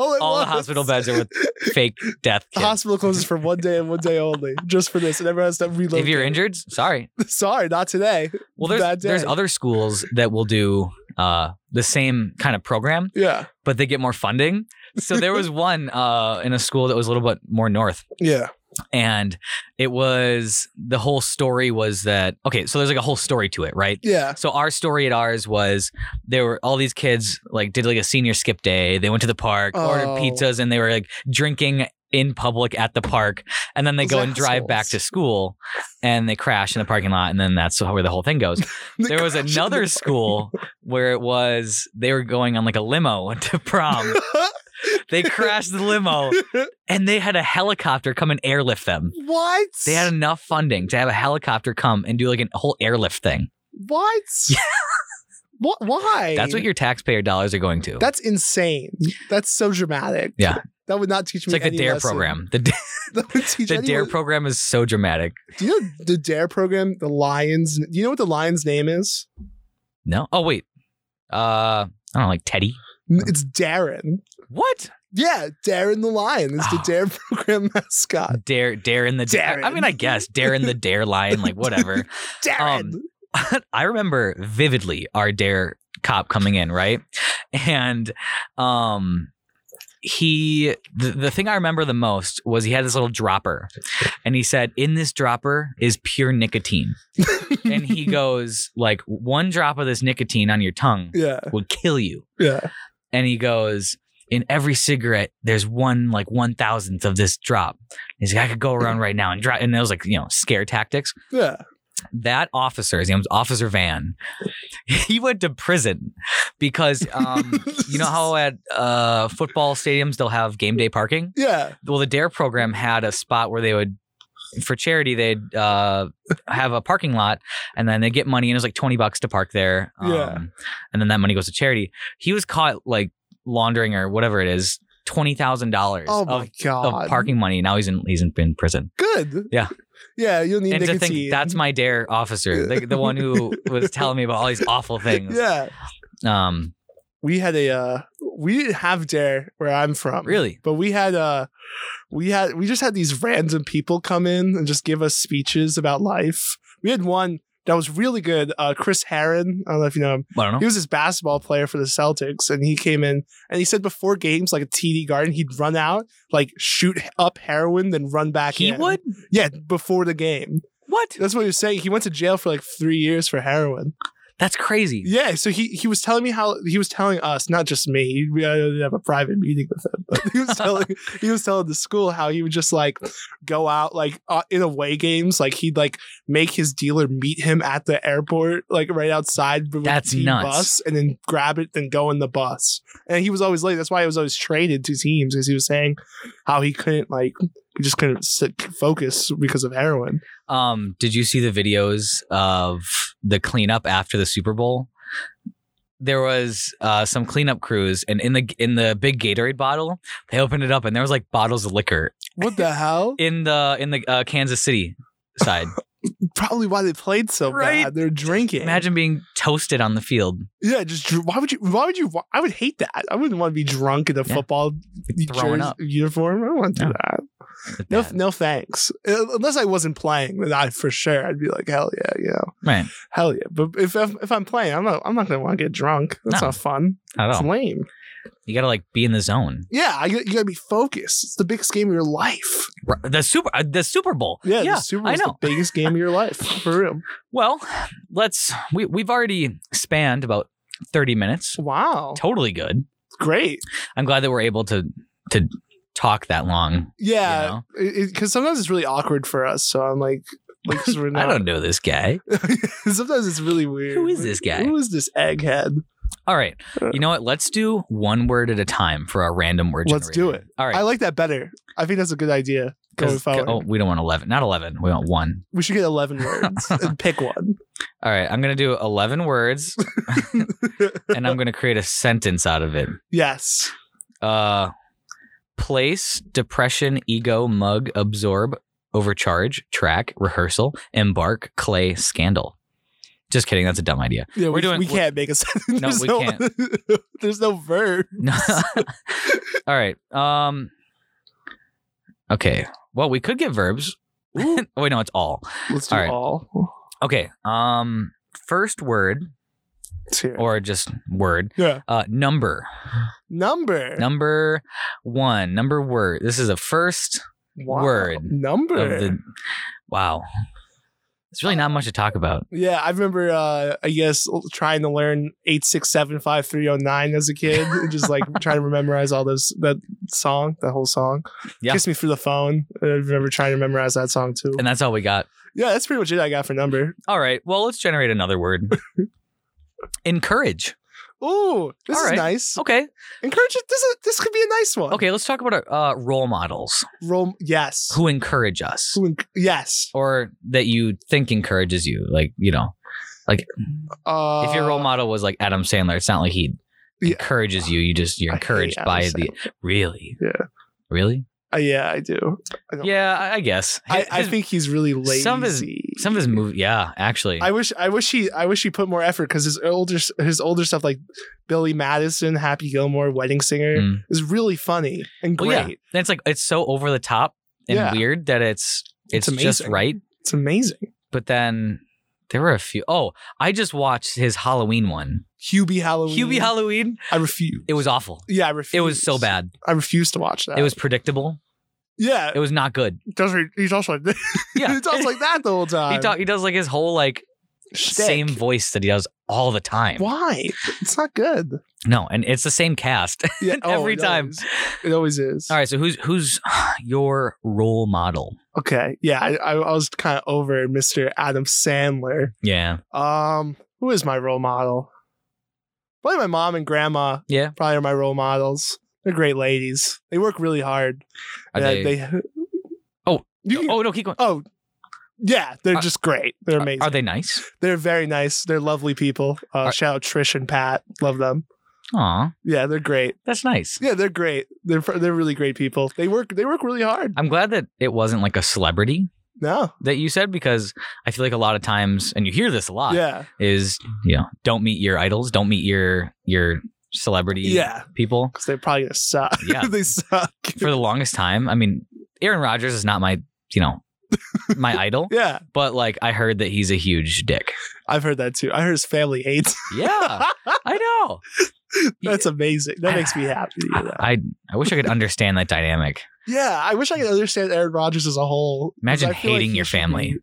Speaker 2: all at
Speaker 1: All the
Speaker 2: once.
Speaker 1: hospital beds are with fake death.
Speaker 2: The
Speaker 1: kits.
Speaker 2: hospital closes for one day and one day only, just for this, and everyone has to reload.
Speaker 1: If you're injured, sorry.
Speaker 2: Sorry, not today.
Speaker 1: Well, there's
Speaker 2: Bad
Speaker 1: there's
Speaker 2: day.
Speaker 1: other schools that will do uh, the same kind of program,
Speaker 2: Yeah,
Speaker 1: but they get more funding. So there was one uh, in a school that was a little bit more north,
Speaker 2: yeah,
Speaker 1: and it was the whole story was that okay. So there's like a whole story to it, right?
Speaker 2: yeah.
Speaker 1: So our story at ours was there were all these kids like did like a senior skip day. They went to the park,
Speaker 2: Oh.
Speaker 1: ordered pizzas, and they were like drinking in public at the park. And then they
Speaker 2: Those
Speaker 1: go and drive back
Speaker 2: assholes.
Speaker 1: to school, and they crash in the parking lot. And then that's where the whole thing goes there was another school where it was they were going on like a limo to prom. they crashed the limo and they had a helicopter come and airlift them.
Speaker 2: what?
Speaker 1: They had enough funding to have a helicopter come and do like a whole airlift thing.
Speaker 2: what? what? Why?
Speaker 1: That's what your taxpayer dollars are going to.
Speaker 2: That's insane. That's so dramatic.
Speaker 1: Yeah.
Speaker 2: that would not teach
Speaker 1: it's
Speaker 2: me.
Speaker 1: like the
Speaker 2: any
Speaker 1: DARE
Speaker 2: lesson.
Speaker 1: program. The,
Speaker 2: That would teach
Speaker 1: the DARE
Speaker 2: anyone-
Speaker 1: program is so dramatic.
Speaker 2: Do you know the Dare program? The Lions. Do you know what the Lions' name is?
Speaker 1: No? Oh, wait. Uh, I don't know, like Teddy.
Speaker 2: N-
Speaker 1: Hmm.
Speaker 2: It's Darren.
Speaker 1: What?
Speaker 2: Yeah, Darren the Lion is the
Speaker 1: Oh.
Speaker 2: Dare program mascot.
Speaker 1: Dare, dare in the dare. I
Speaker 2: Uh, Darren.
Speaker 1: mean, I guess dare in the dare line, like whatever.
Speaker 2: Darren.
Speaker 1: I remember vividly our dare cop coming in, right? And um he the, the thing I remember the most was he had this little dropper and he said in this dropper is pure nicotine. and he goes like one drop of this nicotine on your tongue
Speaker 2: yeah,
Speaker 1: would kill you.
Speaker 2: yeah.
Speaker 1: And he goes in every cigarette there's one like one thousandth of this drop. He's like I could go around right now and drop and it was like, you know, scare tactics
Speaker 2: Yeah.
Speaker 1: that officer, his name was Officer Van, he went to prison because um, you know how at uh, football stadiums they'll have game day parking?
Speaker 2: Yeah.
Speaker 1: Well, the DARE program had a spot where they would, for charity, they'd uh, have a parking lot and then they get money and it was like 20 bucks to park there. um,
Speaker 2: Yeah.
Speaker 1: And then that money goes to charity. He was caught like laundering or whatever it is. Twenty thousand dollars
Speaker 2: Oh my
Speaker 1: of,
Speaker 2: god.
Speaker 1: of parking money. Now he's in he's in, in prison.
Speaker 2: Good.
Speaker 1: Yeah.
Speaker 2: Yeah. You'll need
Speaker 1: and
Speaker 2: nicotine.
Speaker 1: to think that's my dare officer, the, the one who was telling me about all these awful things.
Speaker 2: yeah.
Speaker 1: Um,
Speaker 2: We had a. Uh, we didn't have dare where I'm from.
Speaker 1: really,
Speaker 2: But we had uh we had we just had these random people come in and just give us speeches about life. We had one that was really good. Uh, Chris Herron, I don't know if you know him.
Speaker 1: I don't know.
Speaker 2: He was this basketball player for the Celtics, and he came in and he said before games, like a TD garden, he'd run out, like shoot up heroin, then run back
Speaker 1: He
Speaker 2: in.
Speaker 1: would?
Speaker 2: Yeah, before the game.
Speaker 1: What?
Speaker 2: That's what he was saying. He went to jail for like three years for heroin.
Speaker 1: That's crazy.
Speaker 2: Yeah, so he he was telling me how he was telling us, not just me. We I didn't have a private meeting with him, but he was telling he was telling the school how he would just like go out like uh, in away games, like he'd like make his dealer meet him at the airport, like right outside. with
Speaker 1: That's
Speaker 2: the
Speaker 1: nuts.
Speaker 2: Bus, and then grab it, then go in the bus. And he was always late. That's why he was always traded to teams because he was saying how he couldn't like he just couldn't sit, focus because of heroin.
Speaker 1: Um, did you see the videos of the cleanup after the Super Bowl? There was uh, some cleanup crews, and in the in the big Gatorade bottle, they opened it up, and there was like bottles of liquor
Speaker 2: What the hell?
Speaker 1: in the in the uh, Kansas City side.
Speaker 2: Probably why they played so
Speaker 1: Right?
Speaker 2: bad. They're drinking.
Speaker 1: Imagine being toasted on the field,
Speaker 2: Yeah, just dr- why would you? Why would you? wa- I would hate that. I wouldn't want to be drunk in a
Speaker 1: Yeah.
Speaker 2: football
Speaker 1: throwing
Speaker 2: jersey-
Speaker 1: up.
Speaker 2: uniform. I don't want to do
Speaker 1: No.
Speaker 2: that. No,
Speaker 1: Bad.
Speaker 2: no, thanks. Uh, Unless I wasn't playing, then I for sure I'd be like, hell yeah, you know,
Speaker 1: right?
Speaker 2: hell yeah. But if if, if I'm playing, I'm not. I'm not gonna want to get drunk. That's
Speaker 1: No.
Speaker 2: not fun.
Speaker 1: Not
Speaker 2: It's
Speaker 1: at all.
Speaker 2: lame.
Speaker 1: You gotta like be in the zone.
Speaker 2: Yeah, I, you gotta be focused. It's the biggest game of your life.
Speaker 1: Right. The Super uh, the Super Bowl.
Speaker 2: Yeah, the Super Bowl
Speaker 1: I
Speaker 2: is the
Speaker 1: know.
Speaker 2: biggest game of your life for real.
Speaker 1: Well, let's we we've already spanned about thirty minutes.
Speaker 2: Wow,
Speaker 1: Totally good.
Speaker 2: great.
Speaker 1: I'm glad that we're able to to talk that long.
Speaker 2: Yeah, because sometimes it's really awkward for us. So I'm like, like 'cause we're
Speaker 1: I
Speaker 2: not.
Speaker 1: don't know this guy.
Speaker 2: Sometimes it's really weird.
Speaker 1: Who is this guy?
Speaker 2: Who is this egghead?
Speaker 1: All right.
Speaker 2: Uh,
Speaker 1: You know what? Let's do one word at a time for our random word.
Speaker 2: Let's do
Speaker 1: generator. All right.
Speaker 2: I like that better. I think that's a good idea going
Speaker 1: 'Cause-
Speaker 2: forward.
Speaker 1: oh, we don't want 11. Not 11. We want one.
Speaker 2: We should get 11 words and pick one.
Speaker 1: All right. I'm going to do 11 words and I'm going to create a sentence out of it.
Speaker 2: Yes.
Speaker 1: Uh, place, depression, ego, mug, absorb, overcharge, track, rehearsal, embark, clay, scandal. Just kidding. That's a dumb idea.
Speaker 2: Yeah,
Speaker 1: We're
Speaker 2: we,
Speaker 1: doing-
Speaker 2: we can't make a sentence.
Speaker 1: No,
Speaker 2: There's
Speaker 1: we
Speaker 2: there's no verb.
Speaker 1: No. All right. Um. Okay. Well, we could get verbs. Oh,
Speaker 2: Ooh.
Speaker 1: Wait, no, it's all.
Speaker 2: Let's do
Speaker 1: All right.
Speaker 2: all.
Speaker 1: Okay. Um. First word
Speaker 2: It's here.
Speaker 1: or just word.
Speaker 2: yeah.
Speaker 1: Uh. Number.
Speaker 2: Number.
Speaker 1: Number one. Number word. This is a first
Speaker 2: Wow.
Speaker 1: word
Speaker 2: Number.
Speaker 1: of the. Wow. It's really not much to talk about.
Speaker 2: Yeah, I remember. Uh, I guess trying to learn eight six seven five three zero nine as a kid, and just like trying to memorize all those that song, that whole song.
Speaker 1: Yeah.
Speaker 2: Kiss me through the phone. I remember trying to memorize that song too.
Speaker 1: And that's all we got.
Speaker 2: yeah, that's pretty much it. I got for number.
Speaker 1: All right. Well, let's generate another word. Encourage.
Speaker 2: Ooh, this
Speaker 1: All
Speaker 2: is
Speaker 1: right.
Speaker 2: nice.
Speaker 1: Okay.
Speaker 2: Encourage it. This is this could be a nice one.
Speaker 1: Okay. Let's talk about our uh, role models
Speaker 2: Roll. Yes.
Speaker 1: who encourage us.
Speaker 2: Who enc- yes.
Speaker 1: or that you think encourages you. Like, you know,
Speaker 2: Uh,
Speaker 1: if your role model was like Adam Sandler, it's not like he
Speaker 2: Yeah.
Speaker 1: encourages you. You just you're
Speaker 2: I hate
Speaker 1: encouraged
Speaker 2: Adam
Speaker 1: by the
Speaker 2: Sandler.
Speaker 1: really,
Speaker 2: Yeah.
Speaker 1: really,
Speaker 2: Uh, yeah, I do. I don't-
Speaker 1: yeah. I, I guess.
Speaker 2: I, I
Speaker 1: His-
Speaker 2: think he's really lazy.
Speaker 1: some of his- some of his movies. Yeah, actually,
Speaker 2: I wish I wish he I wish he put more effort because his older his older stuff like Billy Madison, Happy Gilmore, Wedding Singer
Speaker 1: Mm.
Speaker 2: is really funny and
Speaker 1: Well,
Speaker 2: great.
Speaker 1: yeah. And it's like it's so over the top and
Speaker 2: Yeah.
Speaker 1: weird that it's it's,
Speaker 2: It's
Speaker 1: just
Speaker 2: amazing.
Speaker 1: right.
Speaker 2: It's amazing.
Speaker 1: But then there were a few. Oh, I just watched his Halloween one,
Speaker 2: Hubie Halloween.
Speaker 1: Hubie Halloween.
Speaker 2: I refuse.
Speaker 1: It was awful.
Speaker 2: yeah, I refuse.
Speaker 1: It was so bad.
Speaker 2: I refuse to watch that.
Speaker 1: It was predictable.
Speaker 2: yeah.
Speaker 1: It was not good.
Speaker 2: does he's also like
Speaker 1: Yeah,
Speaker 2: he talks like that the whole time.
Speaker 1: He, talk, he does like his whole like
Speaker 2: Shtick.
Speaker 1: same voice that he does all the time.
Speaker 2: Why? It's not good.
Speaker 1: No, and it's the same cast.
Speaker 2: Yeah, Oh,
Speaker 1: Every
Speaker 2: it
Speaker 1: time.
Speaker 2: always- it always is.
Speaker 1: all right, so who's who's your role model?
Speaker 2: Okay. Yeah, I, I, I was kind of over Mr. Adam Sandler.
Speaker 1: Yeah,
Speaker 2: Um, who is my role model? Probably my mom and grandma.
Speaker 1: Yeah.
Speaker 2: probably are my role models. They're great ladies. They work really hard.
Speaker 1: are
Speaker 2: Yeah,
Speaker 1: they,
Speaker 2: Oh,
Speaker 1: Oh.
Speaker 2: you can, oh,
Speaker 1: Oh no, keep going.
Speaker 2: yeah. They're
Speaker 1: Are-
Speaker 2: just great. They're amazing.
Speaker 1: Are they nice?
Speaker 2: they? are very nice. They're lovely people. Uh,
Speaker 1: Are-
Speaker 2: shout out Trish and Pat. Love them.
Speaker 1: Aw,
Speaker 2: Yeah, they're great.
Speaker 1: that's nice.
Speaker 2: Yeah, they're great. They're fr- they're really great people. They work they work really hard.
Speaker 1: I'm glad that it wasn't like a celebrity
Speaker 2: No.
Speaker 1: that you said because I feel like a lot of times, and you hear this a lot,
Speaker 2: Yeah.
Speaker 1: is you know don't meet your idols, don't meet your your celebrity
Speaker 2: Yeah.
Speaker 1: people.
Speaker 2: Because they're probably gonna suck.
Speaker 1: Yeah.
Speaker 2: they suck.
Speaker 1: For the longest time, I mean, Aaron Rodgers is not my you know my idol,
Speaker 2: Yeah,
Speaker 1: but like I heard that he's a huge dick.
Speaker 2: I've heard that too. I heard his family hates.
Speaker 1: Yeah, I know.
Speaker 2: That's amazing. That makes me happy. to hear that.
Speaker 1: I I wish I could understand that dynamic.
Speaker 2: Yeah, I wish I could understand Aaron Rodgers as a whole. 'cause
Speaker 1: Imagine
Speaker 2: I feel
Speaker 1: hating
Speaker 2: he
Speaker 1: your
Speaker 2: should be
Speaker 1: family.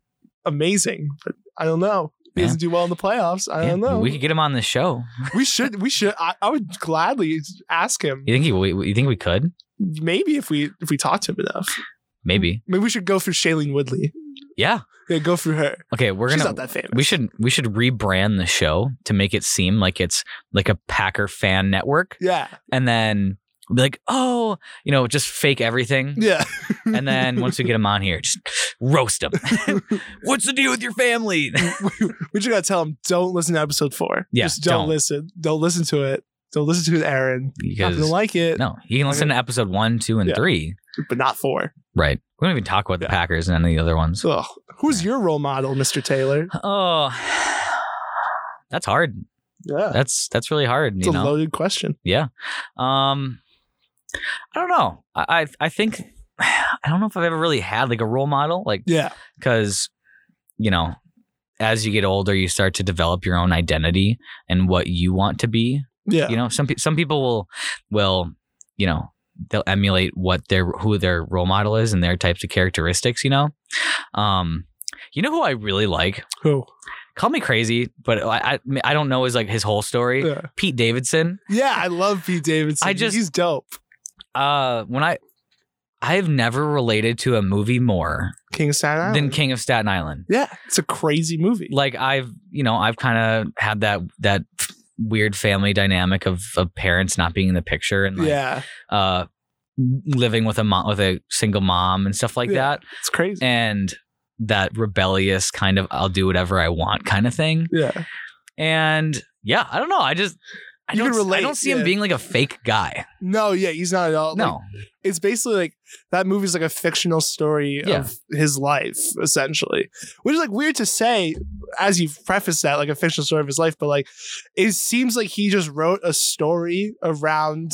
Speaker 2: Amazing, but I don't know. He
Speaker 1: Yeah.
Speaker 2: doesn't do well in the playoffs. I
Speaker 1: Yeah,
Speaker 2: don't know.
Speaker 1: We could get him on the show.
Speaker 2: We should. We should. I, I would gladly ask him.
Speaker 1: You think he, we- you think we could?
Speaker 2: Maybe if we if we talk to him enough.
Speaker 1: Maybe.
Speaker 2: Maybe we should go through Shailene Woodley.
Speaker 1: Yeah.
Speaker 2: Yeah, go through her.
Speaker 1: Okay, we're
Speaker 2: Hmm. She's
Speaker 1: gonna
Speaker 2: not that famous.
Speaker 1: we should we should rebrand the show to make it seem like it's like a Packer fan network,
Speaker 2: Yeah.
Speaker 1: and then be like, oh, you know, just fake everything,
Speaker 2: Yeah.
Speaker 1: and then once we get him on here, just roast him. What's the deal with your family?
Speaker 2: we, we just gotta tell him don't listen to episode four.
Speaker 1: Yeah,
Speaker 2: Just don't,
Speaker 1: don't.
Speaker 2: listen. Don't listen to it. Don't listen to it, Aaron. Not gonna
Speaker 1: Because
Speaker 2: like it,
Speaker 1: no, you can listen to episode one, two, and
Speaker 2: Yeah.
Speaker 1: three.
Speaker 2: but not four.
Speaker 1: Right. We don't even talk about the
Speaker 2: Yeah.
Speaker 1: Packers and any of the other ones.
Speaker 2: So who's your role model, Mr. Taylor?
Speaker 1: Oh, that's hard.
Speaker 2: Yeah.
Speaker 1: That's that's really hard.
Speaker 2: It's
Speaker 1: you
Speaker 2: a
Speaker 1: know.
Speaker 2: loaded question.
Speaker 1: Yeah. Um I don't know. I I- I think I don't know if I've ever really had like a role model like
Speaker 2: Yeah.
Speaker 1: cuz you know, as you get older you start to develop your own identity and what you want to be.
Speaker 2: Yeah.
Speaker 1: You know, some pe- some people will will, you know, they'll emulate what their who their role model is and their types of characteristics, you know. Um you know who I really like?
Speaker 2: Who?
Speaker 1: Call me crazy, but I I, I don't know his like his whole story.
Speaker 2: Yeah.
Speaker 1: Pete Davidson.
Speaker 2: yeah, I love Pete Davidson.
Speaker 1: I just-
Speaker 2: he's dope.
Speaker 1: uh when i i have never related to a movie more
Speaker 2: King of Staten Island.
Speaker 1: than king of staten island
Speaker 2: yeah, it's a crazy movie.
Speaker 1: like i've you know i've kind of had that that weird family dynamic of, of parents not being in the picture and like
Speaker 2: yeah,
Speaker 1: uh living with a mom with a single mom and stuff like
Speaker 2: Yeah.
Speaker 1: that
Speaker 2: it's crazy.
Speaker 1: and that rebellious kind of i'll do whatever i want kind of thing
Speaker 2: yeah,
Speaker 1: and yeah i don't know i just I
Speaker 2: You
Speaker 1: don't,
Speaker 2: can
Speaker 1: I
Speaker 2: relate,
Speaker 1: don't see
Speaker 2: yeah.
Speaker 1: him being like a fake guy.
Speaker 2: no, yeah, he's not at all. like,
Speaker 1: No.
Speaker 2: it's basically like that movie's like a fictional story
Speaker 1: Yeah.
Speaker 2: of his life, essentially, which is like weird to say as you preface that, like a fictional story of his life, but like it seems like he just wrote a story around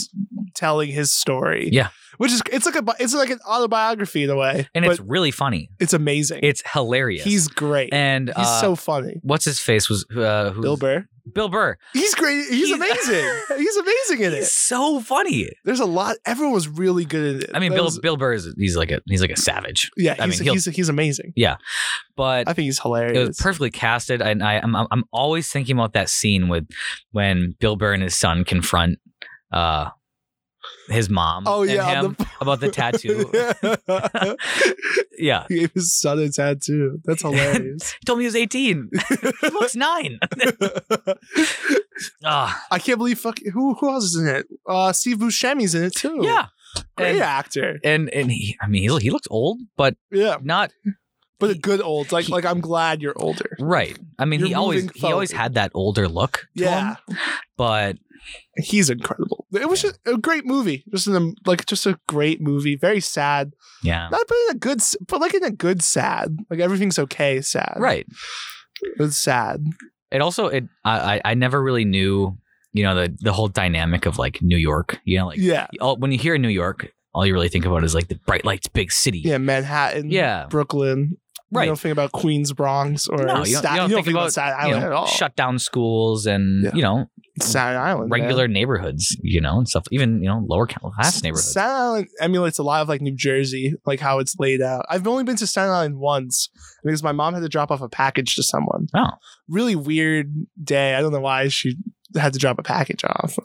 Speaker 2: telling his story.
Speaker 1: Yeah.
Speaker 2: Which is it's like a bi- it's like an autobiography in a way,
Speaker 1: and
Speaker 2: but
Speaker 1: it's really funny.
Speaker 2: it's amazing.
Speaker 1: It's hilarious.
Speaker 2: he's great.
Speaker 1: and
Speaker 2: he's
Speaker 1: uh,
Speaker 2: so funny.
Speaker 1: what's his face was uh, who
Speaker 2: Bill Burr.
Speaker 1: Bill Burr.
Speaker 2: He's great. He's,
Speaker 1: He's-
Speaker 2: amazing. he's amazing in
Speaker 1: He's
Speaker 2: it.
Speaker 1: so funny.
Speaker 2: There's a lot. Everyone was really good at it.
Speaker 1: I mean,
Speaker 2: That
Speaker 1: Bill
Speaker 2: was-
Speaker 1: Bill Burr is he's like a he's like a savage,
Speaker 2: yeah,
Speaker 1: I
Speaker 2: he's,
Speaker 1: mean, he'll-
Speaker 2: he's he's amazing.
Speaker 1: but
Speaker 2: I think he's
Speaker 1: it
Speaker 2: hilarious.
Speaker 1: was perfectly casted. And I I'm I'm always thinking about that scene with when Bill Burr and his son confront uh his mom.
Speaker 2: Oh
Speaker 1: Mm-hmm. and
Speaker 2: yeah,
Speaker 1: him
Speaker 2: on the-
Speaker 1: about the tattoo.
Speaker 2: Yeah.
Speaker 1: yeah,
Speaker 2: he gave his son a tattoo. That's hilarious.
Speaker 1: he told me he was eighteen. he looks nine. Ah,
Speaker 2: I can't believe fuck who who else is in it? Uh Steve Buscemi's in it too.
Speaker 1: yeah.
Speaker 2: Great
Speaker 1: And-
Speaker 2: actor.
Speaker 1: And and he, I mean, he, he looked old, but
Speaker 2: Yeah.
Speaker 1: not
Speaker 2: But a
Speaker 1: he-
Speaker 2: good old. Like
Speaker 1: he-
Speaker 2: like I'm glad you're older.
Speaker 1: right. I mean,
Speaker 2: You're
Speaker 1: he always
Speaker 2: moving
Speaker 1: he always
Speaker 2: forward.
Speaker 1: had that older look. to him,
Speaker 2: Yeah.
Speaker 1: but
Speaker 2: He's incredible. It was
Speaker 1: Yeah.
Speaker 2: just a great movie. Just an like just a great movie. Very sad.
Speaker 1: yeah,
Speaker 2: Not but in a good s- but like in a good sad. Like everything's okay sad.
Speaker 1: right.
Speaker 2: It's sad.
Speaker 1: it also it I I I never really knew you know the the whole dynamic of like New York. You know, like
Speaker 2: yeah.
Speaker 1: all, when you hear New York, all you really think about is like the bright lights, big city.
Speaker 2: Yeah, Manhattan.
Speaker 1: Yeah.
Speaker 2: Brooklyn.
Speaker 1: Right.
Speaker 2: You don't think about Queens, Bronx, or
Speaker 1: No, you don't-
Speaker 2: Staten.
Speaker 1: you don't think
Speaker 2: about,
Speaker 1: about,
Speaker 2: Staten
Speaker 1: You
Speaker 2: Island
Speaker 1: know,
Speaker 2: at all.
Speaker 1: shut down schools and
Speaker 2: Yeah. uh,
Speaker 1: you know
Speaker 2: Staten Island, man.
Speaker 1: regular neighborhoods, you know, and stuff. Even you know lower class neighborhoods.
Speaker 2: Staten Island emulates a lot of like New Jersey, like how it's laid out. I've only been to Staten Island once because my mom had to drop off a package to someone.
Speaker 1: Oh.
Speaker 2: really weird day. I don't know why she had to drop a package off.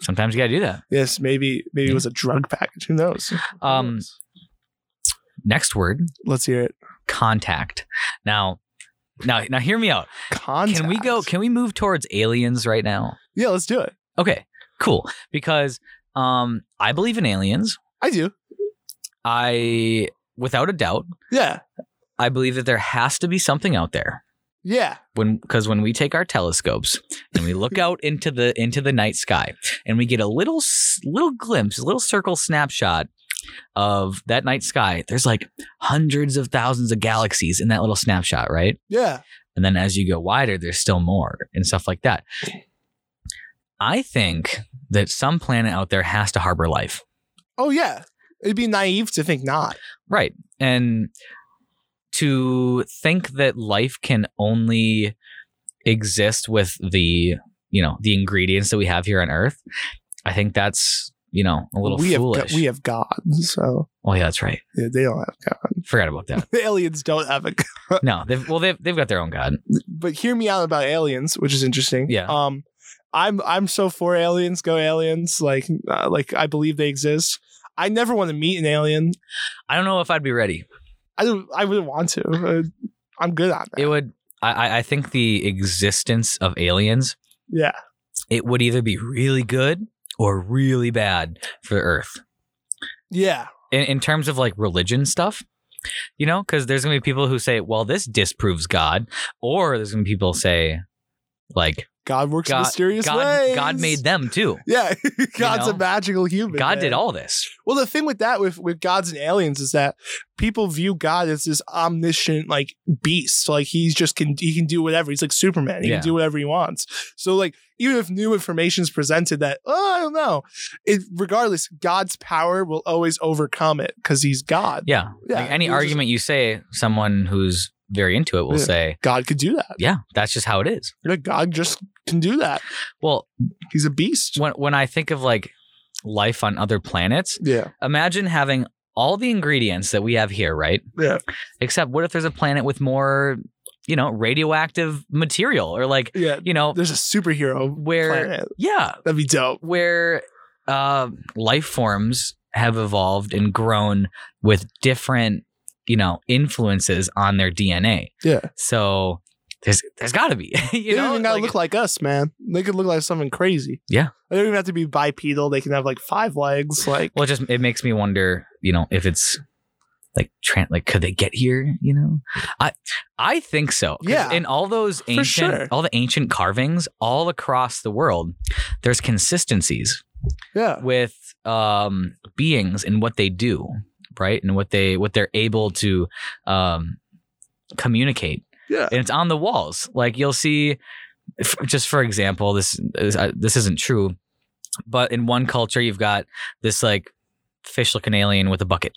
Speaker 1: Sometimes you gotta do that.
Speaker 2: yes, maybe maybe it was a drug package. Who knows? Who
Speaker 1: Um,
Speaker 2: knows?
Speaker 1: Next word,
Speaker 2: let's hear it.
Speaker 1: contact. Now, now, now, hear me out.
Speaker 2: Contact.
Speaker 1: Can we go? Can we move towards aliens right now?
Speaker 2: Yeah, let's do it.
Speaker 1: Okay, cool. Because um, I believe in aliens.
Speaker 2: I do.
Speaker 1: I, without a doubt,
Speaker 2: Yeah,
Speaker 1: I believe that there has to be something out there
Speaker 2: yeah,
Speaker 1: when because when we take our telescopes and we look out into the into the night sky and we get a little s- little glimpse, a little circle snapshot of that night sky. There's like hundreds of thousands of galaxies in that little snapshot, right?
Speaker 2: yeah.
Speaker 1: And then as you go wider, there's still more and stuff like that. I think that some planet out there has to harbor life.
Speaker 2: Oh yeah. It'd be naive to think not.
Speaker 1: Right. And to think that life can only exist with the you know the ingredients that we have here on Earth, I think that's you know a little
Speaker 2: we
Speaker 1: foolish.
Speaker 2: have go- we have God, so
Speaker 1: oh yeah, that's right.
Speaker 2: yeah, they don't have God.
Speaker 1: Forgot about that.
Speaker 2: The aliens don't have a God.
Speaker 1: no, they've, well they've they've got their own god.
Speaker 2: But hear me out about aliens, which is interesting.
Speaker 1: Yeah.
Speaker 2: Um, I'm I'm so for aliens. Go aliens! Like uh, like I believe they exist. I never want to meet an alien.
Speaker 1: I don't know if I'd be ready.
Speaker 2: I don't, I wouldn't want to. Uh, I'm good on that.
Speaker 1: It would. I- I I think the existence of aliens
Speaker 2: yeah.
Speaker 1: it would either be really good or really bad for Earth.
Speaker 2: Yeah.
Speaker 1: in, in terms of like religion stuff, you know, because there's gonna be people who say, well, this disproves God, or there's gonna be people say, like,
Speaker 2: God works in
Speaker 1: God-
Speaker 2: mysterious
Speaker 1: God,
Speaker 2: ways.
Speaker 1: God made them too.
Speaker 2: Yeah, God's
Speaker 1: know?
Speaker 2: a magical human.
Speaker 1: God
Speaker 2: man.
Speaker 1: did all this.
Speaker 2: Well, the thing with that, with with gods and aliens, is that people view God as this omniscient like beast. Like he's just can he can do whatever. He's like Superman. He
Speaker 1: Yeah.
Speaker 2: can do whatever he wants. So like even if new information is presented that oh I don't know, it regardless God's power will always overcome it because he's God.
Speaker 1: Yeah. like any
Speaker 2: he's just-
Speaker 1: argument you say, someone who's very into it will
Speaker 2: Yeah.
Speaker 1: say,
Speaker 2: God could do that.
Speaker 1: yeah, that's just how it is.
Speaker 2: Like, God just can do that.
Speaker 1: Well,
Speaker 2: He's a beast.
Speaker 1: when, when I think of like life on other planets,
Speaker 2: Yeah.
Speaker 1: imagine having all the ingredients that we have here, right?
Speaker 2: Yeah.
Speaker 1: Except what if there's a planet with more, you know, radioactive material or like,
Speaker 2: Yeah.
Speaker 1: you know,
Speaker 2: There's a superhero
Speaker 1: where
Speaker 2: planet.
Speaker 1: yeah
Speaker 2: That'd be dope.
Speaker 1: where uh, life forms have evolved and grown with different you know influences on their dna
Speaker 2: Yeah.
Speaker 1: so there's there's gotta be you
Speaker 2: they
Speaker 1: know
Speaker 2: don't even gotta
Speaker 1: like-
Speaker 2: look like us, man. They could look like something crazy.
Speaker 1: Yeah.
Speaker 2: They don't even have to be bipedal. They can have like five legs. Like
Speaker 1: well it just it makes me wonder you know if it's like tran like could they get here you know i i think so 'Cause
Speaker 2: Yeah.
Speaker 1: in all those ancient
Speaker 2: sure.
Speaker 1: all the ancient carvings all across the world there's consistencies
Speaker 2: yeah.
Speaker 1: with um beings and what they do right and what they what they're able to um communicate
Speaker 2: Yeah.
Speaker 1: and it's on the walls like you'll see f- just for example this is, uh, this isn't true but in one culture you've got this like fish looking alien with a bucket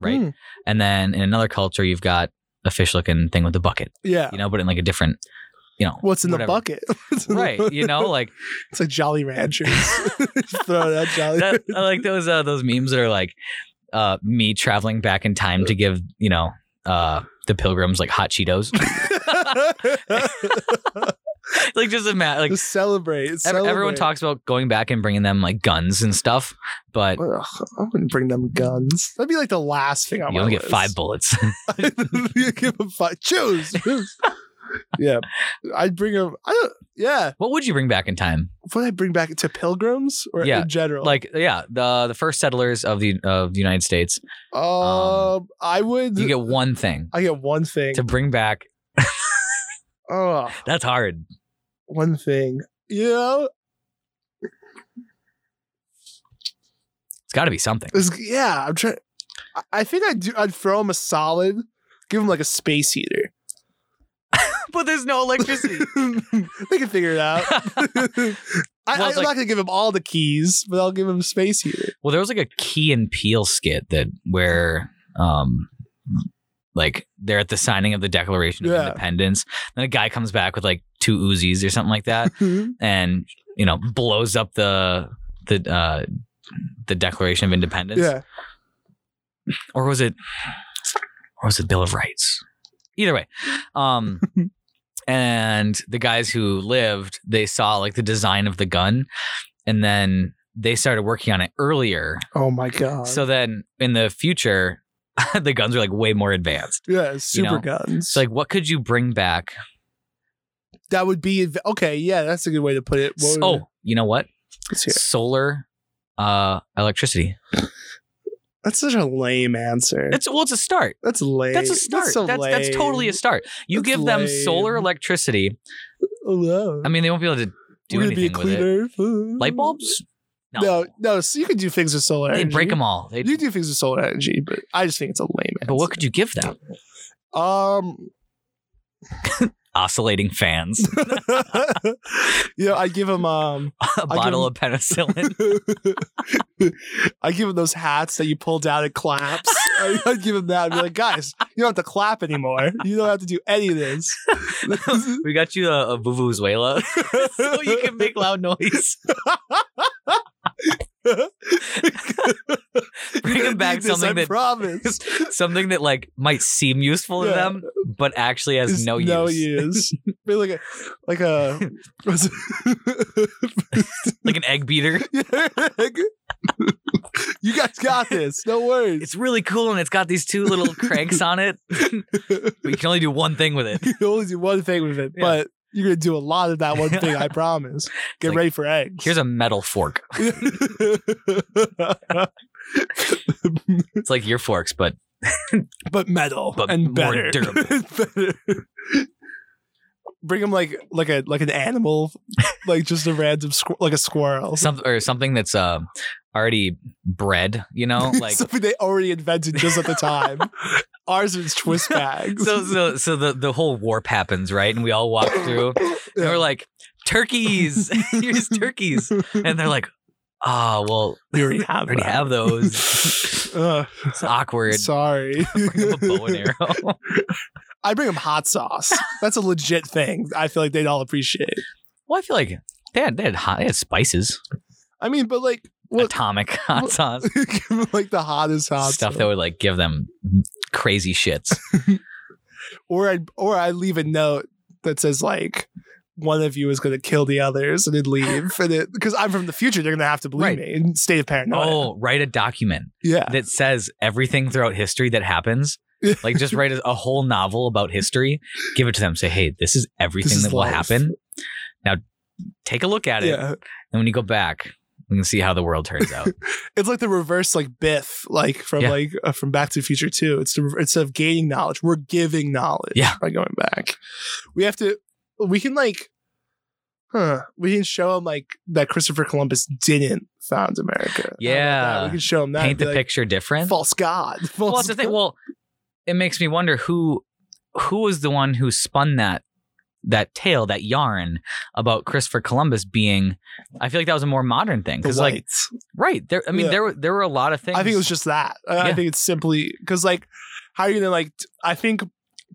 Speaker 1: right
Speaker 2: Mm.
Speaker 1: and then in another culture you've got a fish looking thing with a bucket
Speaker 2: Yeah.
Speaker 1: you know but in like a different you know
Speaker 2: What's in
Speaker 1: whatever.
Speaker 2: the bucket? What's in the
Speaker 1: right
Speaker 2: bucket?
Speaker 1: you know like
Speaker 2: It's like Jolly Ranchers. Throw that Jolly.
Speaker 1: that, I like those uh, those memes that are like uh, me traveling back in time to give you know uh, the pilgrims like hot Cheetos. like just imagine like
Speaker 2: Just celebrate.
Speaker 1: ev-
Speaker 2: celebrate.
Speaker 1: everyone talks about going back and bringing them like guns and stuff, but
Speaker 2: Ugh, I wouldn't bring them guns. That'd be like the last thing
Speaker 1: you
Speaker 2: on my
Speaker 1: only get
Speaker 2: list.
Speaker 1: five bullets.
Speaker 2: you give them five. Choose. yeah, I'd bring them. I don't. Yeah,
Speaker 1: what would you bring back in time?
Speaker 2: what I bring back to pilgrims or
Speaker 1: Yeah,
Speaker 2: in general?
Speaker 1: Like yeah, the the first settlers of the of the United States,
Speaker 2: um,
Speaker 1: um,
Speaker 2: I would.
Speaker 1: you get one thing
Speaker 2: I get one thing.
Speaker 1: to bring back.
Speaker 2: Oh,
Speaker 1: That's hard.
Speaker 2: one thing. You know,
Speaker 1: It's got to be something.
Speaker 2: it's- yeah. I'm trying. I- I think I'd do. I'd throw him a solid. Give him like a space heater.
Speaker 1: But there's no electricity.
Speaker 2: they can figure it out. I,
Speaker 1: Well,
Speaker 2: I'm
Speaker 1: it's like-
Speaker 2: not gonna give him all the keys, but I'll give him a space heater.
Speaker 1: Well, there was like a Key and Peel skit that where, um, like they're at the signing of the Declaration of
Speaker 2: Yeah.
Speaker 1: Independence. Then a guy comes back with like two Uzis or something like that, and you know blows up the the uh, the Declaration of Independence.
Speaker 2: yeah,
Speaker 1: Or was it? Or was it Bill of Rights? Either way, um. And the guys who lived, they saw like the design of the gun, and then they started working on it earlier
Speaker 2: Oh my god.
Speaker 1: so then in the future, the guns are like way more advanced.
Speaker 2: yeah, super
Speaker 1: know,
Speaker 2: guns.
Speaker 1: So like what could you bring back?
Speaker 2: that would be adv- okay. Yeah, that's a good way to put it. What would-
Speaker 1: oh, you know what?
Speaker 2: let's hear it.
Speaker 1: Solar uh electricity.
Speaker 2: that's such a lame answer.
Speaker 1: That's well it's a start.
Speaker 2: That's lame.
Speaker 1: That's a start.
Speaker 2: so
Speaker 1: That's that's,
Speaker 2: lame.
Speaker 1: totally a start. You
Speaker 2: That's
Speaker 1: give them solar
Speaker 2: lame.
Speaker 1: electricity.
Speaker 2: Hello.
Speaker 1: I mean they won't be able to do
Speaker 2: We're gonna
Speaker 1: anything
Speaker 2: be a
Speaker 1: with it.
Speaker 2: cleaner.
Speaker 1: Light bulbs? No.
Speaker 2: No, no. So you can do things with solar.
Speaker 1: They'd
Speaker 2: energy.
Speaker 1: break them all. They'd,
Speaker 2: You can do things with solar energy, but I just think it's a lame.
Speaker 1: but what could you give them?
Speaker 2: you? Um,
Speaker 1: Oscillating fans,
Speaker 2: you know, I give them um,
Speaker 1: a bottle of penicillin.
Speaker 2: I give them those hats that you pull down and claps. I- I'd give him that. I'd be like, guys, you don't have to clap anymore. You don't have to do any of this.
Speaker 1: We got you a, a vuvuzuela so you can make loud noise. Bring them back something
Speaker 2: I
Speaker 1: that
Speaker 2: promise.
Speaker 1: something that like might seem useful to
Speaker 2: Yeah.
Speaker 1: them, but actually has
Speaker 2: It's
Speaker 1: no use.
Speaker 2: No use. Be like a like a what's it-
Speaker 1: Like an egg beater.
Speaker 2: you guys got this. No worries.
Speaker 1: It's really cool and it's got these two little cranks on it. but you can only do one thing with it.
Speaker 2: You can only do one thing with it,
Speaker 1: Yeah.
Speaker 2: but you're gonna do a lot of that one thing. I promise. Get
Speaker 1: like,
Speaker 2: ready for eggs.
Speaker 1: Here's a metal fork. It's like your forks, but
Speaker 2: but metal
Speaker 1: But
Speaker 2: and
Speaker 1: more
Speaker 2: better.
Speaker 1: durable.
Speaker 2: Better. Bring him like like a like an animal, like just a random squ- like a squirrel.
Speaker 1: some or something that's uh, already bred, you know? Like
Speaker 2: something they already invented just at the time. Ours is twist bags.
Speaker 1: so so so the the whole warp happens right and we all walk through and we're like turkeys here's turkeys and they're like ah well
Speaker 2: we already have
Speaker 1: i already
Speaker 2: that.
Speaker 1: have those it's
Speaker 2: Ugh,
Speaker 1: awkward
Speaker 2: sorry.
Speaker 1: Bring up a bow and arrow
Speaker 2: I bring them hot sauce. That's a legit thing. I feel like they'd all appreciate.
Speaker 1: well i feel like they had, they had, hot, they had spices
Speaker 2: I mean, but like what?
Speaker 1: atomic hot
Speaker 2: what-
Speaker 1: sauce
Speaker 2: give 'em, like the hottest hot
Speaker 1: stuff
Speaker 2: sauce.
Speaker 1: that would like give them crazy shits
Speaker 2: or I or I leave a note that says like one of you is going to kill the others and then leave and it because I'm from the future. They're going to have to believe
Speaker 1: Right.
Speaker 2: me in state of paranoia.
Speaker 1: oh write a document
Speaker 2: yeah,
Speaker 1: that says everything throughout history that happens like just write a a whole novel about history give it to them say hey this is everything
Speaker 2: is
Speaker 1: that will
Speaker 2: life.
Speaker 1: happen now take a look at it
Speaker 2: yeah.
Speaker 1: And when you go back, we can see how the world turns out.
Speaker 2: It's like the reverse, like Biff, like from
Speaker 1: Yeah.
Speaker 2: like uh, from Back to the Future Two. It's the, rever- instead of gaining knowledge, we're giving knowledge.
Speaker 1: Yeah.
Speaker 2: by going back, we have to. We can like, huh? We can show him like that Christopher Columbus didn't found America. How about that?
Speaker 1: Yeah.
Speaker 2: we can show him that. and
Speaker 1: Paint
Speaker 2: be
Speaker 1: the
Speaker 2: like,
Speaker 1: picture different.
Speaker 2: False God. False
Speaker 1: well, that's the thing. Well, it makes me wonder who who was the one who spun that that tale, that yarn about Christopher Columbus being I feel like that was a more modern thing.
Speaker 2: The
Speaker 1: Because like
Speaker 2: whites.
Speaker 1: right, there I mean
Speaker 2: Yeah.
Speaker 1: there were there were a lot of things.
Speaker 2: I think it was just that. I- I
Speaker 1: Yeah.
Speaker 2: think it's simply because, like, how are you gonna like? t- I think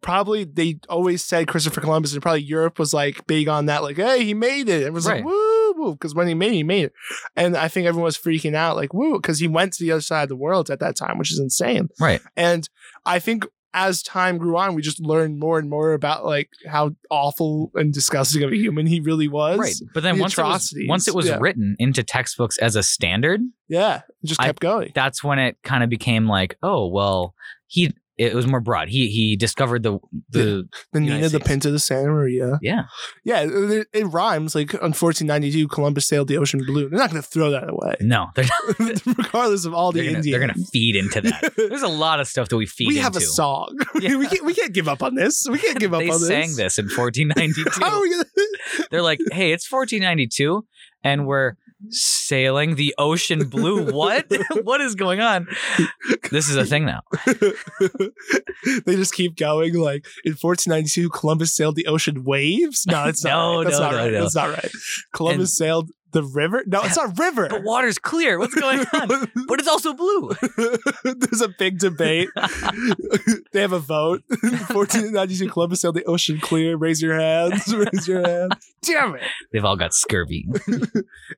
Speaker 2: probably they always said Christopher Columbus, and probably Europe was like big on that. Like, hey, he made it. Everyone's
Speaker 1: Right.
Speaker 2: like, woo, woo, because when he made, it, he made it. And I think everyone was freaking out, like, woo, because he went to the other side of the world at that time, which is insane.
Speaker 1: Right.
Speaker 2: And I think as time grew on, we just learned more and more about like how awful and disgusting of a human he really was.
Speaker 1: Right. But then
Speaker 2: the
Speaker 1: once it was,
Speaker 2: atrocities,
Speaker 1: once it was
Speaker 2: yeah.
Speaker 1: written into textbooks as a standard,
Speaker 2: Yeah. It just
Speaker 1: I-
Speaker 2: kept going.
Speaker 1: that's when it kind of became like, oh well, he it was more broad. He he discovered the the
Speaker 2: The
Speaker 1: United
Speaker 2: Nina, the
Speaker 1: States.
Speaker 2: Pinta, the Santa Maria.
Speaker 1: yeah.
Speaker 2: Yeah, it, it- it rhymes. Like on 1492, Columbus sailed the ocean blue. They're not going to throw that away,
Speaker 1: No, they're
Speaker 2: regardless of all the
Speaker 1: they're gonna,
Speaker 2: Indians.
Speaker 1: they're gonna feed into that. There's a lot of stuff that we feed
Speaker 2: we
Speaker 1: into.
Speaker 2: have a song.
Speaker 1: Yeah.
Speaker 2: we, can't, we can't give up on this. We can't give up
Speaker 1: they
Speaker 2: on this.
Speaker 1: sang this in
Speaker 2: How are
Speaker 1: 1492.
Speaker 2: we gonna?
Speaker 1: They're like, "Hey, it's 1492, and we're sailing the ocean blue. What? what is going on? This is a thing now.
Speaker 2: they just keep going. Like in 1492, Columbus sailed the ocean waves. No, that's not.
Speaker 1: No,
Speaker 2: right. That's
Speaker 1: no,
Speaker 2: not
Speaker 1: no,
Speaker 2: right.
Speaker 1: no.
Speaker 2: That's not right. Columbus sailed the river. No, it's not river.
Speaker 1: The water's clear. What's going on? But it's also blue.
Speaker 2: There's a big debate. they have a vote. 1492 Columbus sailed the ocean clear. Raise your hands. Raise your hand. Damn it.
Speaker 1: They've all got scurvy.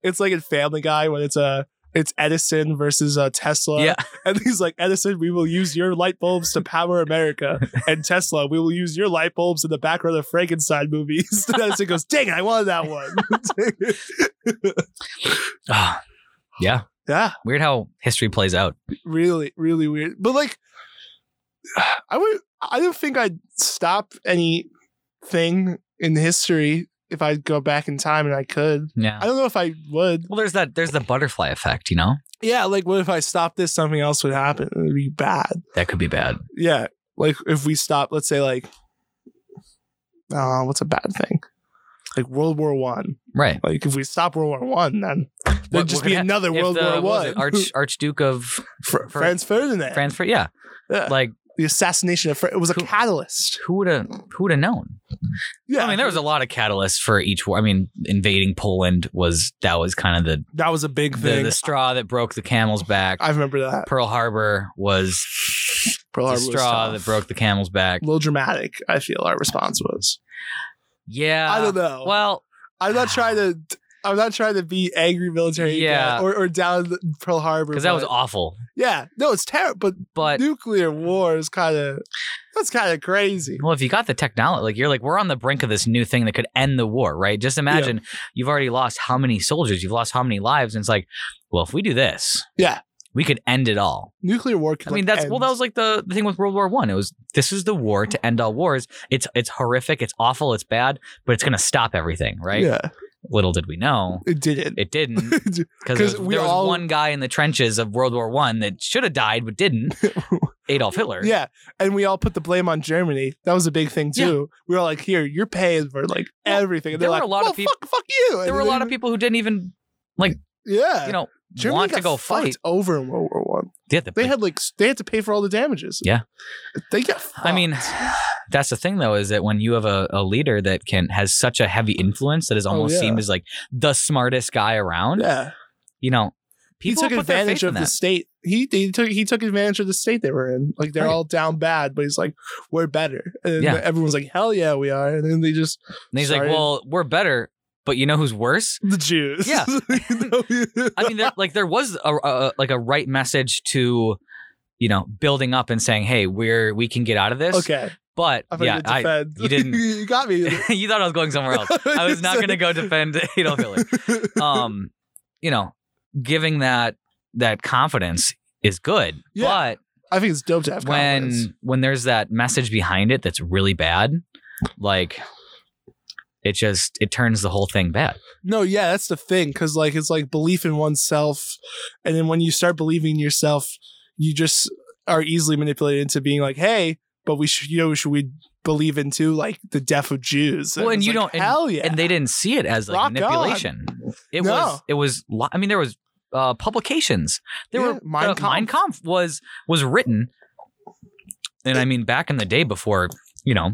Speaker 2: It's like in Family Guy when it's a. It's Edison versus uh, Tesla.
Speaker 1: Yeah.
Speaker 2: And he's like, Edison, we will use your light bulbs to power America. And Tesla, we will use your light bulbs in the background of Frankenstein movies. And Edison goes, dang it, I wanted that one.
Speaker 1: Ah, yeah.
Speaker 2: yeah.
Speaker 1: Weird how history plays out.
Speaker 2: really really weird but like i would i don't think i'd stop anything in history if i go back in time and i could
Speaker 1: Yeah.
Speaker 2: i don't know if i would
Speaker 1: Well, there's that. There's the butterfly effect. You know,
Speaker 2: yeah like what if i stopped this something else would happen it would be bad
Speaker 1: that could be bad.
Speaker 2: yeah like if we stop let's say like uh what's a bad thing like world war one
Speaker 1: Right.
Speaker 2: like if we stop world war one then there'd
Speaker 1: What-
Speaker 2: just
Speaker 1: what
Speaker 2: be
Speaker 1: hap-
Speaker 2: another
Speaker 1: If
Speaker 2: world
Speaker 1: the-
Speaker 2: war
Speaker 1: what was
Speaker 2: one
Speaker 1: it, Arch Archduke of
Speaker 2: Fr-
Speaker 1: Fr-
Speaker 2: franz ferdinand
Speaker 1: France. Yeah.
Speaker 2: Yeah.
Speaker 1: Like
Speaker 2: the assassination of Fr- it was a
Speaker 1: Who-
Speaker 2: catalyst
Speaker 1: who would have who would have known?
Speaker 2: Yeah,
Speaker 1: I mean, there was a lot of catalysts for each war. I mean, invading Poland was that was kind of the
Speaker 2: that was a big
Speaker 1: the,
Speaker 2: thing.
Speaker 1: the straw that broke the camel's back.
Speaker 2: I remember that.
Speaker 1: Pearl Harbor was
Speaker 2: Pearl
Speaker 1: the
Speaker 2: Harbor was
Speaker 1: straw
Speaker 2: tough.
Speaker 1: that broke the camel's back.
Speaker 2: A little dramatic. I feel our response was.
Speaker 1: Yeah.
Speaker 2: I don't know.
Speaker 1: Uh, Well,
Speaker 2: I'm not trying to. I'm not trying to be angry military
Speaker 1: Yeah.
Speaker 2: guy or, or down Pearl Harbor.
Speaker 1: because that was
Speaker 2: but-
Speaker 1: awful.
Speaker 2: yeah. No, it's terrible. But
Speaker 1: But
Speaker 2: nuclear war is kind of that's kind of crazy.
Speaker 1: Well, if you got the technology, like you're like, we're on the brink of this new thing that could end the war, right? Just imagine you've already lost how many soldiers, you've lost how many lives, and it's like, well, if we do this,
Speaker 2: Yeah.
Speaker 1: we could end it all.
Speaker 2: Nuclear war. Could,
Speaker 1: I mean,
Speaker 2: like,
Speaker 1: that's well, that
Speaker 2: end-
Speaker 1: was like the, the thing with World War One. It was this is the war to end all wars. It's it's horrific, it's awful, it's bad, but it's gonna stop everything, right?
Speaker 2: Yeah,
Speaker 1: Little did we know.
Speaker 2: it didn't.
Speaker 1: It didn't because
Speaker 2: 'Cause
Speaker 1: there
Speaker 2: we
Speaker 1: was
Speaker 2: all-
Speaker 1: one guy in the trenches of World War One that should have died but didn't, Adolf Hitler.
Speaker 2: yeah, and we all put the blame on Germany. That was a big thing too. We were like, "Here, you're paying for like
Speaker 1: Well,
Speaker 2: everything." And
Speaker 1: there
Speaker 2: they're
Speaker 1: were
Speaker 2: like,
Speaker 1: a lot of
Speaker 2: "Well,
Speaker 1: peop-
Speaker 2: Fuck, fuck you.
Speaker 1: There were a lot of people who didn't even,
Speaker 2: Yeah,
Speaker 1: you know,
Speaker 2: Germany
Speaker 1: want to
Speaker 2: got
Speaker 1: go
Speaker 2: fucked
Speaker 1: fight.
Speaker 2: over in World War One.
Speaker 1: Yeah, the,
Speaker 2: They had like s- they had to pay for all the damages.
Speaker 1: Yeah.
Speaker 2: they got.
Speaker 1: I mean,
Speaker 2: fucked.
Speaker 1: that's the thing though, is that when you have a, a leader that can has such a heavy influence that is almost
Speaker 2: Oh, yeah.
Speaker 1: seen as like the smartest guy around,
Speaker 2: yeah,
Speaker 1: you know,
Speaker 2: he
Speaker 1: people
Speaker 2: took
Speaker 1: put their
Speaker 2: advantage
Speaker 1: faith in
Speaker 2: of the
Speaker 1: that.
Speaker 2: state. He, he took he took advantage of the state they were in. Like they're
Speaker 1: Right.
Speaker 2: all down bad, but he's like, "We're better," and
Speaker 1: Yeah.
Speaker 2: everyone's like, "Hell yeah, we are!" And then they just
Speaker 1: And he's like,
Speaker 2: started-
Speaker 1: Well, we're better, but you know who's worse?
Speaker 2: the Jews.
Speaker 1: Yeah.
Speaker 2: You know?
Speaker 1: I mean, there, like there was a, a like a right message to, you know, building up and saying, Hey, we're we can get out of this.
Speaker 2: okay.
Speaker 1: But
Speaker 2: I'm
Speaker 1: yeah,
Speaker 2: gonna
Speaker 1: I,
Speaker 2: defend.
Speaker 1: you didn't-
Speaker 2: you got me.
Speaker 1: you thought I was going somewhere else. I was not gonna go defend Adolf Hitler. um, you know, giving that that confidence is good.
Speaker 2: Yeah, I think it's dope to have
Speaker 1: But when
Speaker 2: confidence.
Speaker 1: when there's that message behind it that's really bad, like it just it turns the whole thing bad.
Speaker 2: No, yeah, that's the thing. Cause like it's like belief in oneself. And then when you start believing in yourself, you just are easily manipulated into being like, hey, but we should, you know, should we believe into like the death of Jews?
Speaker 1: Well, and
Speaker 2: it's
Speaker 1: you
Speaker 2: like,
Speaker 1: don't-
Speaker 2: Hell yeah.
Speaker 1: And they didn't see it as like
Speaker 2: Rock on.
Speaker 1: manipulation. It
Speaker 2: No.
Speaker 1: was it was li- I mean there was uh, publications. There
Speaker 2: Yeah,
Speaker 1: were
Speaker 2: Mein
Speaker 1: uh, Mein
Speaker 2: Kampf.
Speaker 1: Kampf was was written and I mean back in the day before, you know,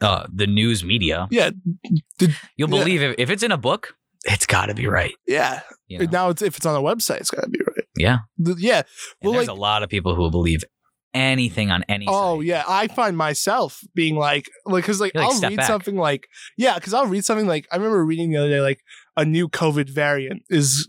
Speaker 1: uh, the news media.
Speaker 2: Yeah.
Speaker 1: You'll
Speaker 2: Yeah.
Speaker 1: believe if, if it's in a book, it's got to be right.
Speaker 2: yeah.
Speaker 1: You know?
Speaker 2: Now it's if it's on a website, it's gotta be right.
Speaker 1: Yeah.
Speaker 2: The- yeah.
Speaker 1: And
Speaker 2: Well,
Speaker 1: there's
Speaker 2: like,
Speaker 1: a lot of people who will believe anything on any.
Speaker 2: oh
Speaker 1: site.
Speaker 2: yeah. I find myself being like like cause like,
Speaker 1: You, like,
Speaker 2: I'll
Speaker 1: step
Speaker 2: read
Speaker 1: back.
Speaker 2: something like yeah, cause I'll read something like I remember reading the other day like a new COVID variant is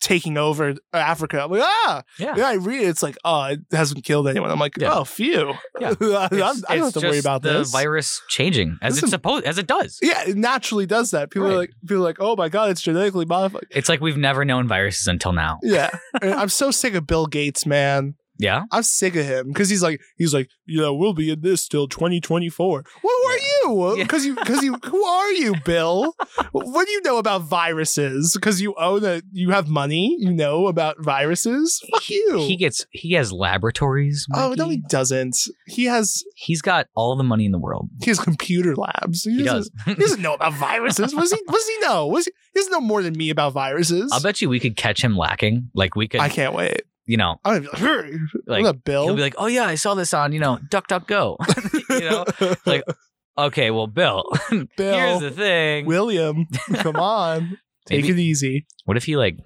Speaker 2: taking over Africa. I'm like, ah,
Speaker 1: yeah,
Speaker 2: Yeah, I read it. It's like, oh, it hasn't killed anyone. I'm like,
Speaker 1: Yeah.
Speaker 2: oh, phew.
Speaker 1: Yeah.
Speaker 2: I'm- I
Speaker 1: It's-
Speaker 2: don't have
Speaker 1: it's
Speaker 2: to worry
Speaker 1: just
Speaker 2: about
Speaker 1: the
Speaker 2: this.
Speaker 1: virus changing as
Speaker 2: This
Speaker 1: it's
Speaker 2: is-
Speaker 1: supposed as it does.
Speaker 2: yeah, it naturally does that. People
Speaker 1: Right.
Speaker 2: are like, people are like, oh my god, it's genetically modified.
Speaker 1: It's like we've never known viruses until now.
Speaker 2: Yeah, And I'm so sick of Bill Gates, man.
Speaker 1: Yeah,
Speaker 2: I'm sick of him because he's like, he's like, you know, we'll be in this till 2024. Well, who are you?
Speaker 1: Yeah.
Speaker 2: Because you, because you, who are you, Bill? what do you know about viruses? Because you own a, you have money, you know about viruses. Fuck you.
Speaker 1: he gets he has laboratories.
Speaker 2: oh no,
Speaker 1: Mikey.
Speaker 2: he doesn't. He has
Speaker 1: he's got all the money in the world.
Speaker 2: he has computer labs.
Speaker 1: He
Speaker 2: doesn't-
Speaker 1: does.
Speaker 2: He doesn't know about viruses. Was he? Was he know? Was he? He doesn't know more than me about viruses.
Speaker 1: I'll bet you we could catch him lacking. Like we could,
Speaker 2: I can't wait.
Speaker 1: you know,
Speaker 2: I'm gonna be like, "Hey,
Speaker 1: like
Speaker 2: what up, Bill?
Speaker 1: he'll be like, oh yeah, I saw this on you know DuckDuckGo. you know, like, okay, well, Bill,
Speaker 2: Bill,
Speaker 1: here's the thing.
Speaker 2: William, come on, take
Speaker 1: Maybe-
Speaker 2: it easy.
Speaker 1: What if he like?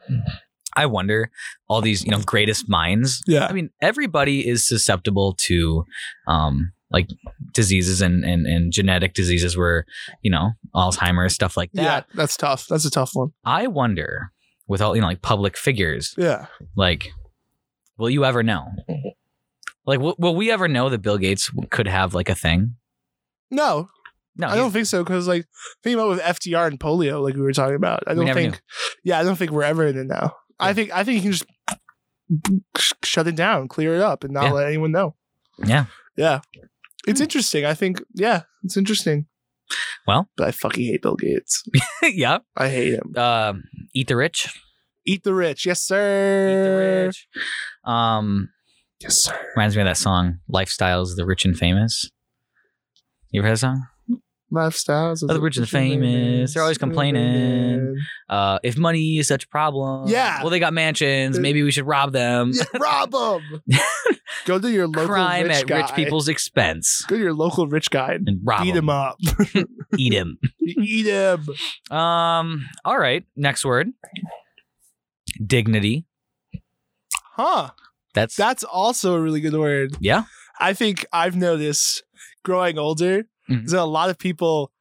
Speaker 1: I wonder all these you know greatest minds.
Speaker 2: Yeah,
Speaker 1: I mean, everybody is susceptible to um like diseases and and, and genetic diseases where you know Alzheimer's stuff like that.
Speaker 2: yeah, that's tough. That's a tough one.
Speaker 1: I wonder with all you know like public figures
Speaker 2: Yeah,
Speaker 1: like will you ever know? Like will, will we ever know that Bill Gates could have like a thing?
Speaker 2: no,
Speaker 1: No,
Speaker 2: I
Speaker 1: he's-
Speaker 2: don't think so. Because like, think about with FDR and polio, like we were talking about. I
Speaker 1: We
Speaker 2: don't
Speaker 1: never
Speaker 2: think. Yeah, I don't think we're ever in it now. I
Speaker 1: Yeah.
Speaker 2: think I think you can just sh- shut it down, clear it up, and not
Speaker 1: Yeah.
Speaker 2: let anyone know.
Speaker 1: Yeah. Hmm.
Speaker 2: yeah. It's interesting. I think. Yeah, it's interesting.
Speaker 1: Well.
Speaker 2: but I fucking hate Bill Gates.
Speaker 1: yeah.
Speaker 2: I hate him.
Speaker 1: Um, eat the rich.
Speaker 2: Eat the rich, yes
Speaker 1: Eat
Speaker 2: sir.
Speaker 1: the rich. Um,
Speaker 2: Yes sir.
Speaker 1: reminds me of that song "Lifestyles of the Rich and Famous." You ever heard that song?
Speaker 2: Lifestyles of
Speaker 1: Of the rich and the famous. They're always complaining. Uh, if money is such a problem,
Speaker 2: Yeah.
Speaker 1: Well, they got mansions.
Speaker 2: They're-
Speaker 1: Maybe we should rob them.
Speaker 2: Yeah, rob them. Go to your local
Speaker 1: Crime
Speaker 2: rich
Speaker 1: at
Speaker 2: guy.
Speaker 1: rich people's expense
Speaker 2: Go to your local rich guy and
Speaker 1: and rob
Speaker 2: eat him up. E-,
Speaker 1: Eat him.
Speaker 2: eat him.
Speaker 1: Um. All right. Next word. Dignity.
Speaker 2: Huh.
Speaker 1: That's
Speaker 2: That's also a really good word.
Speaker 1: Yeah.
Speaker 2: I think I've noticed growing older,
Speaker 1: Mhm.
Speaker 2: that a lot of people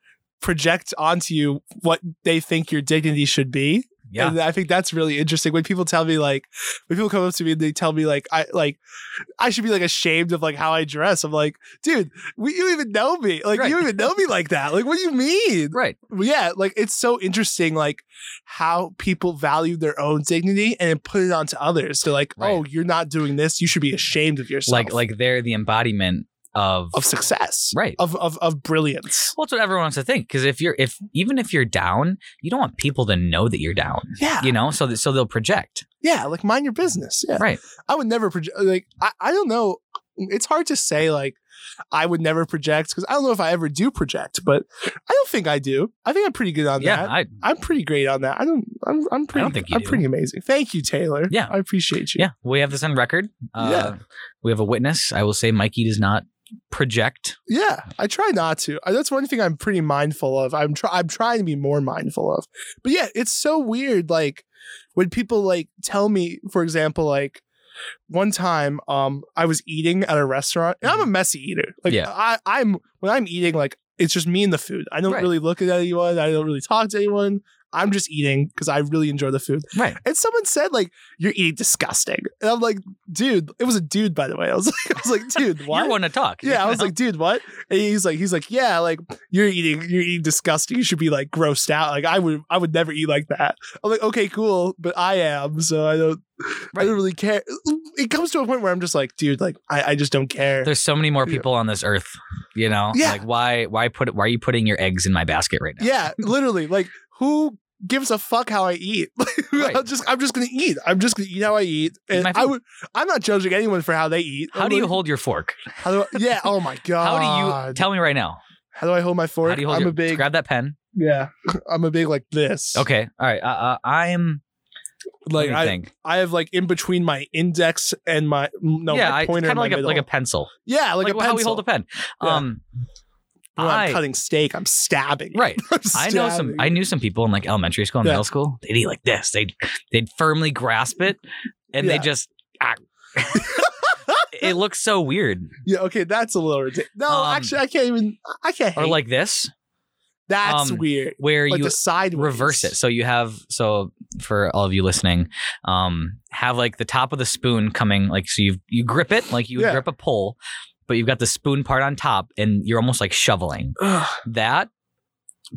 Speaker 2: project onto you what they think your dignity should be.
Speaker 1: yeah.
Speaker 2: And I think that's really interesting. When people tell me like when people come up to me and they tell me like I like I should be like ashamed of like how I dress. I'm like, dude, we, you even know me. Like you
Speaker 1: Right.
Speaker 2: even know me like that. Like what do you mean?
Speaker 1: Right.
Speaker 2: yeah, like it's so interesting, like how people value their own dignity and then put it onto others. They're like,
Speaker 1: Right.
Speaker 2: oh, you're not doing this. You should be ashamed of yourself.
Speaker 1: Like like they're the embodiment of,
Speaker 2: of success,
Speaker 1: right.
Speaker 2: of of of brilliance.
Speaker 1: well, that's what everyone wants to think. Because if you're if even if you're down, you don't want people to know that you're down.
Speaker 2: Yeah,
Speaker 1: You know. So that so they'll project.
Speaker 2: yeah. Like mind your business. Yeah,
Speaker 1: Right.
Speaker 2: I would never project. Like I, I don't know. It's hard to say. Like I would never project because I don't know if I ever do project, but I don't think I do. I think I'm pretty good on
Speaker 1: yeah.
Speaker 2: Uh, that.
Speaker 1: I
Speaker 2: I'm pretty great on that. I don't. I'm. I'm pretty.
Speaker 1: don't think you
Speaker 2: I'm
Speaker 1: do.
Speaker 2: pretty amazing. Thank you, Taylor.
Speaker 1: Yeah.
Speaker 2: I appreciate you.
Speaker 1: yeah. We have this on record. Uh, We have a witness. I will say Mikey does not project.
Speaker 2: Yeah, I try not to. I- That's one thing I'm pretty mindful of. I'm try- I'm trying to be more mindful of. But yeah, it's so weird. Like when people like tell me, for example, like one time, um, I was eating at a restaurant, and I'm a messy eater. Like
Speaker 1: Mm-hmm. Yeah.
Speaker 2: I I'm when I'm eating, like it's just me and the food. I don't
Speaker 1: Right.
Speaker 2: really look at anyone. I don't really talk to anyone. I'm just eating because I really enjoy the food.
Speaker 1: Right.
Speaker 2: And someone said like you're eating disgusting, and I'm like, dude. It was a dude, by the way. I was like, I was like, dude, why?
Speaker 1: You're one to talk.
Speaker 2: Yeah, I was like, dude, what? And he's like, he's like, yeah, like you're eating, you're eating disgusting. You should be like grossed out. Like I would, I would never eat like that. I'm like, okay, cool, but I am, so I don't, I
Speaker 1: Right.
Speaker 2: don't really care. It comes to a point where I'm just like, dude, like I, I just don't care.
Speaker 1: There's so many more
Speaker 2: Yeah.
Speaker 1: people on this earth, you know.
Speaker 2: Yeah.
Speaker 1: Like why why put it? Why are you putting your eggs in my basket right now?
Speaker 2: Yeah, literally, like who gives a fuck how I eat? I'm
Speaker 1: Right.
Speaker 2: just, I'm just gonna eat. I'm just gonna eat how I eat, and
Speaker 1: My
Speaker 2: I
Speaker 1: food.
Speaker 2: would, I'm not judging anyone for how they eat.
Speaker 1: How
Speaker 2: I'm
Speaker 1: do you
Speaker 2: like,
Speaker 1: hold your fork?
Speaker 2: How do I, yeah. Oh my
Speaker 1: How
Speaker 2: god.
Speaker 1: do you tell me right now?
Speaker 2: How do I hold my fork?
Speaker 1: How do you hold
Speaker 2: I'm
Speaker 1: your?
Speaker 2: a big.
Speaker 1: grab that pen.
Speaker 2: Yeah, I'm a big like this.
Speaker 1: Okay. All right. Uh, uh, I'm
Speaker 2: Like
Speaker 1: let me
Speaker 2: I,
Speaker 1: think.
Speaker 2: I have like in between my index and my no
Speaker 1: yeah,
Speaker 2: my
Speaker 1: I, kind
Speaker 2: pointer
Speaker 1: of
Speaker 2: in my
Speaker 1: like a
Speaker 2: middle.
Speaker 1: like a pencil.
Speaker 2: yeah like, a pencil.
Speaker 1: how we hold a pen.
Speaker 2: Yeah.
Speaker 1: Um,
Speaker 2: When I'm
Speaker 1: I-
Speaker 2: cutting steak. I'm stabbing.
Speaker 1: right.
Speaker 2: I'm
Speaker 1: I know some.
Speaker 2: stabbing.
Speaker 1: I knew some people in like elementary school and
Speaker 2: Yeah.
Speaker 1: middle school. They'd eat like this. They'd they'd firmly grasp it, and
Speaker 2: Yeah.
Speaker 1: they just. Ah. it looks so weird.
Speaker 2: yeah. Okay, that's a little ridiculous. No,
Speaker 1: Um,
Speaker 2: actually, I can't even. I can't.
Speaker 1: Or
Speaker 2: hate-
Speaker 1: like this,
Speaker 2: that's
Speaker 1: um,
Speaker 2: weird.
Speaker 1: where
Speaker 2: Like
Speaker 1: you
Speaker 2: the sideways.
Speaker 1: reverse it. So you have so for all of you listening, um, have like the top of the spoon coming like so you you grip it like you would
Speaker 2: Yeah.
Speaker 1: grip a pole, but you've got the spoon part on top and you're almost like shoveling.
Speaker 2: Ugh,
Speaker 1: That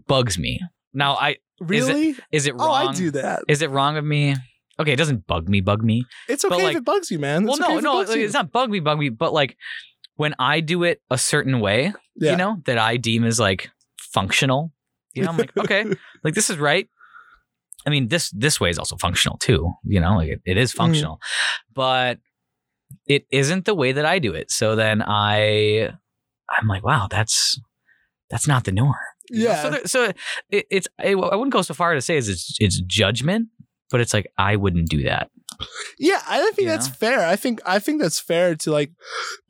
Speaker 1: bugs me. Now I
Speaker 2: really?
Speaker 1: is it wrong?
Speaker 2: oh, I do that.
Speaker 1: Is it wrong of me? Okay, it doesn't bug me, bug me.
Speaker 2: It's
Speaker 1: but,
Speaker 2: okay
Speaker 1: like-
Speaker 2: if it bugs you, man.
Speaker 1: well,
Speaker 2: It's okay
Speaker 1: no,
Speaker 2: if it
Speaker 1: no,
Speaker 2: bugs
Speaker 1: like,
Speaker 2: you.
Speaker 1: it's not bug me, bug me, but like when I do it a certain way,
Speaker 2: Yeah.
Speaker 1: you know, that I deem as like functional. You know, I'm like, okay, like this is right. I mean, this this way is also functional too. You know, like it, it
Speaker 2: Mm.
Speaker 1: is functional, but it isn't the way that I do it. So then I, I'm like, wow, that's that's not the norm. You know?
Speaker 2: Yeah.
Speaker 1: So, there, so it, it's I wouldn't go so far to say is it's it's judgment, but it's like I wouldn't do that.
Speaker 2: Yeah, I don't think
Speaker 1: You
Speaker 2: that's
Speaker 1: know?
Speaker 2: fair. I think I think that's fair to like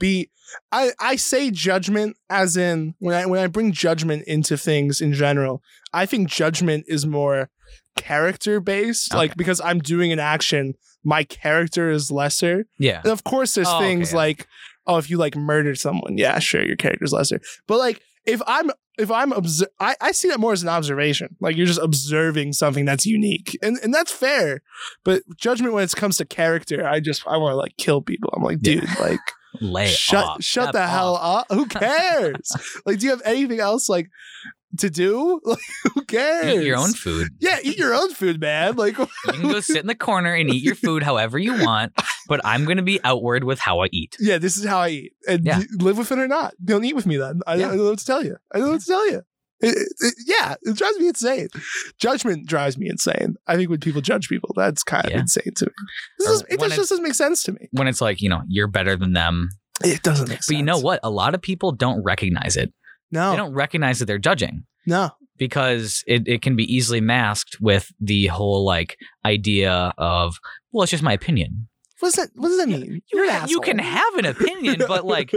Speaker 2: be I I say judgment as in when I when I bring judgment into things in general, I think judgment is more character based.
Speaker 1: Okay.
Speaker 2: Like because I'm doing an action, my character is lesser.
Speaker 1: Yeah.
Speaker 2: And of course there's
Speaker 1: Oh, okay,
Speaker 2: things
Speaker 1: yeah.
Speaker 2: like oh if you like murdered someone, yeah, sure, your character's lesser. But like if I'm if I'm obser- I, I see that more as an observation. Like you're just observing something that's unique. And and that's fair. But judgment when it comes to character, I just I want to like kill people. I'm like,
Speaker 1: Yeah.
Speaker 2: dude, like
Speaker 1: Lay
Speaker 2: shut
Speaker 1: off.
Speaker 2: shut
Speaker 1: Step
Speaker 2: the
Speaker 1: off.
Speaker 2: hell up. Who cares? like, do you have anything else like to do? Like, who cares?
Speaker 1: Eat your own food.
Speaker 2: Yeah, eat your own food, man. Like,
Speaker 1: You can go sit in the corner and eat your food however you want, but I'm going to be outward with how I eat.
Speaker 2: yeah, this is how I eat. And
Speaker 1: Yeah.
Speaker 2: you live with it or not. Don't eat with me then. I,
Speaker 1: Yeah.
Speaker 2: I don't know what to tell you. I don't know what to tell you. It, it- it- yeah, it drives me insane. Judgment drives me insane. I think when people judge people, that's kind of
Speaker 1: Yeah.
Speaker 2: insane to me. This
Speaker 1: Or
Speaker 2: is, it
Speaker 1: when
Speaker 2: just doesn't make sense to me.
Speaker 1: When it's like, you know, you're better than them.
Speaker 2: It doesn't make sense.
Speaker 1: But you know what? A lot of people don't recognize it. They
Speaker 2: No,
Speaker 1: don't recognize that they're judging
Speaker 2: no.
Speaker 1: because it, it can be easily masked with the whole like idea of, well, it's just my opinion.
Speaker 2: What does that? What does that mean? You're
Speaker 1: You,
Speaker 2: an
Speaker 1: you can
Speaker 2: asshole.
Speaker 1: have an opinion, but like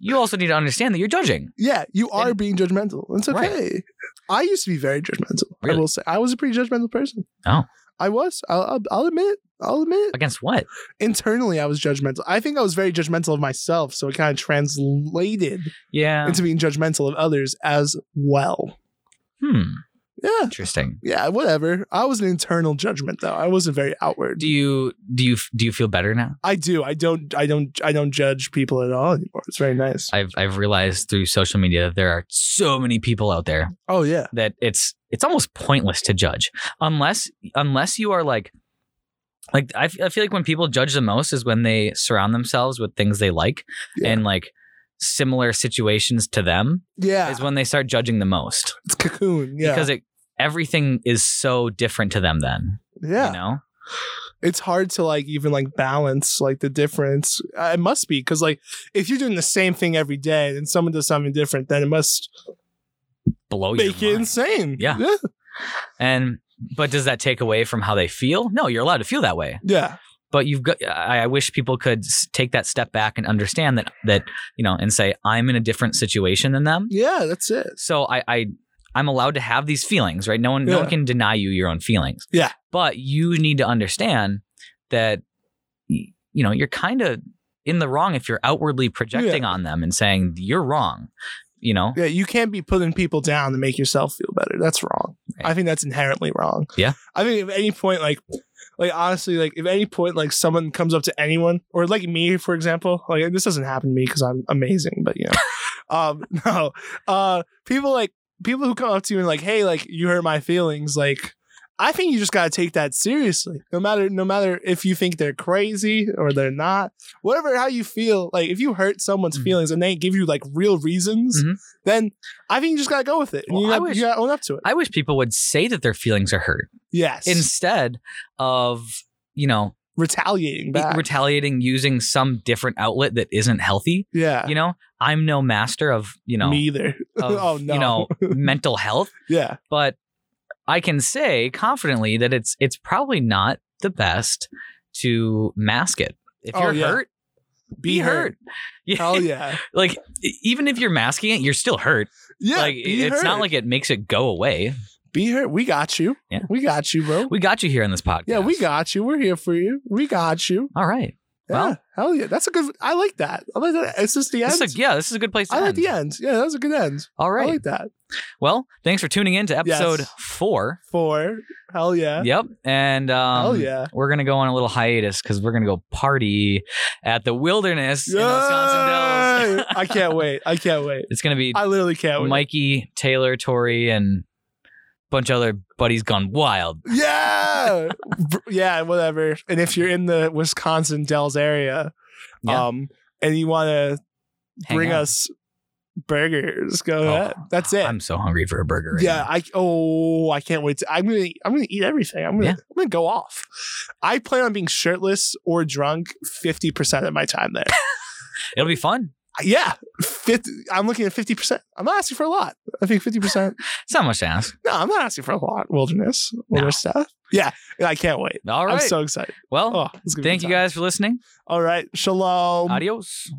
Speaker 1: you also need to understand that you're judging.
Speaker 2: yeah, you are
Speaker 1: And-
Speaker 2: being judgmental. It's
Speaker 1: Right.
Speaker 2: okay. I used to be very judgmental. I
Speaker 1: Really?
Speaker 2: will say I was a pretty judgmental person.
Speaker 1: Oh.
Speaker 2: I was. I'll, I'll, I'll admit. I'll admit.
Speaker 1: Against what?
Speaker 2: Internally, I was judgmental. I think I was very judgmental of myself, so it kind of translated
Speaker 1: Yeah.
Speaker 2: into being judgmental of others as well.
Speaker 1: Hmm.
Speaker 2: Yeah.
Speaker 1: Interesting.
Speaker 2: Yeah, whatever. I was an internal judgment though. I wasn't very outward.
Speaker 1: Do you do you do you feel better now?
Speaker 2: I do. I don't. I don't. I don't judge people at all anymore. It's very nice.
Speaker 1: I've I've realized through social media that there are so many people out there
Speaker 2: oh yeah.
Speaker 1: that it's it's almost pointless to judge unless unless you are like like I, f- I feel like when people judge the most is when they surround themselves with things they like
Speaker 2: Yeah.
Speaker 1: and like similar situations to them
Speaker 2: Yeah.
Speaker 1: is when they start judging the most
Speaker 2: It's cocoon. Yeah.
Speaker 1: because it everything is so different to them then
Speaker 2: yeah.
Speaker 1: you know
Speaker 2: It's hard to like even like balance like the difference. Uh, it must be because like if you're doing the same thing every day and someone does something different, then it must
Speaker 1: blow your
Speaker 2: make you
Speaker 1: mind.
Speaker 2: insane.
Speaker 1: Yeah.
Speaker 2: Yeah.
Speaker 1: and but does that take away from how they feel no you're allowed to feel that way
Speaker 2: Yeah.
Speaker 1: but you've got I, I wish people could s- take that step back and understand that that you know and say i'm in a different situation than them
Speaker 2: Yeah, That's it.
Speaker 1: so I, I I'm allowed to have these feelings, right? No one no
Speaker 2: Yeah.
Speaker 1: one can deny you your own feelings.
Speaker 2: Yeah.
Speaker 1: But you need to understand that y- you know, you're kind of in the wrong if you're outwardly projecting on them and saying you're wrong. You know?
Speaker 2: Yeah. You can't be putting people down to make yourself feel better. That's wrong.
Speaker 1: Right.
Speaker 2: I think that's inherently wrong.
Speaker 1: Yeah.
Speaker 2: I think if any point like. Like honestly, like if any point like someone comes up to anyone, or like me, for example, like this doesn't happen to me because I'm amazing, but you know, um, no, uh, people like people who come up to you and like, hey, like you hurt my feelings, like I think you just gotta take that seriously. No matter no matter if you think they're crazy or they're not, whatever how you feel, like if you hurt someone's
Speaker 1: Mhm.
Speaker 2: feelings and they give you like real reasons,
Speaker 1: Mhm.
Speaker 2: then I think you just gotta go with it. And
Speaker 1: Well,
Speaker 2: you,
Speaker 1: I
Speaker 2: gotta,
Speaker 1: wish-
Speaker 2: you gotta own up to it.
Speaker 1: I wish people would say that their feelings are hurt
Speaker 2: yes.
Speaker 1: instead of, you know,
Speaker 2: retaliating back.
Speaker 1: retaliating using some different outlet that isn't healthy.
Speaker 2: yeah.
Speaker 1: You know, I'm no master of, you know,
Speaker 2: Uh, Me either.
Speaker 1: of,
Speaker 2: oh no.
Speaker 1: you know, mental health.
Speaker 2: yeah.
Speaker 1: but I can say confidently that it's it's probably not the best to mask it. If
Speaker 2: Oh,
Speaker 1: you're
Speaker 2: yeah.
Speaker 1: hurt, be hurt. Yeah.
Speaker 2: Hell yeah.
Speaker 1: like e- even if you're masking it, you're still hurt.
Speaker 2: Yeah.
Speaker 1: like
Speaker 2: be
Speaker 1: it's
Speaker 2: hurt.
Speaker 1: not like it makes it go away.
Speaker 2: be hurt. We got you.
Speaker 1: Yeah.
Speaker 2: We got you, bro.
Speaker 1: We got you here in this podcast.
Speaker 2: yeah, we got you. We're here for you. We got you.
Speaker 1: All right.
Speaker 2: Yeah,
Speaker 1: Well-
Speaker 2: hell yeah. That's a good I like that. I like that. It's just the end.
Speaker 1: This is a, yeah, this is a good place to
Speaker 2: I like
Speaker 1: end.
Speaker 2: the end. Yeah, that was a good end.
Speaker 1: All right.
Speaker 2: I like that.
Speaker 1: well, thanks for tuning in to episode
Speaker 2: Yes.
Speaker 1: 4.
Speaker 2: Four. Hell yeah.
Speaker 1: Yep. And um
Speaker 2: hell yeah.
Speaker 1: We're gonna go on a little hiatus because we're gonna go party at the wilderness in Wisconsin
Speaker 2: Yay!
Speaker 1: Dells.
Speaker 2: I can't wait. I can't wait.
Speaker 1: It's gonna be
Speaker 2: I literally can't wait.
Speaker 1: Mikey, Taylor, Tori, and bunch of other buddies gone wild.
Speaker 2: Yeah. Br- yeah, whatever. And if you're in the Wisconsin Dells area,
Speaker 1: Yeah.
Speaker 2: um, and you wanna
Speaker 1: Hang
Speaker 2: bring
Speaker 1: out.
Speaker 2: us burgers, go
Speaker 1: Oh,
Speaker 2: ahead. That's it.
Speaker 1: I'm so hungry for a burger. Right
Speaker 2: yeah, I oh I can't wait. To, I'm gonna I'm gonna eat everything. I'm gonna
Speaker 1: Yeah.
Speaker 2: I'm gonna go off. I plan on being shirtless or drunk fifty percent of my time there.
Speaker 1: now. it'll be fun.
Speaker 2: yeah, 50, I'm looking at fifty percent. I'm not asking for a lot. I think fifty percent.
Speaker 1: It's not much to ask.
Speaker 2: No, I'm not asking for a lot. Wilderness, wilderness stuff. Yeah, and I can't wait.
Speaker 1: All
Speaker 2: I'm
Speaker 1: right.
Speaker 2: so excited.
Speaker 1: well,
Speaker 2: Oh, it's gonna be Um, a
Speaker 1: thank
Speaker 2: good
Speaker 1: you
Speaker 2: time.
Speaker 1: guys for listening.
Speaker 2: All right, shalom.
Speaker 1: Adios.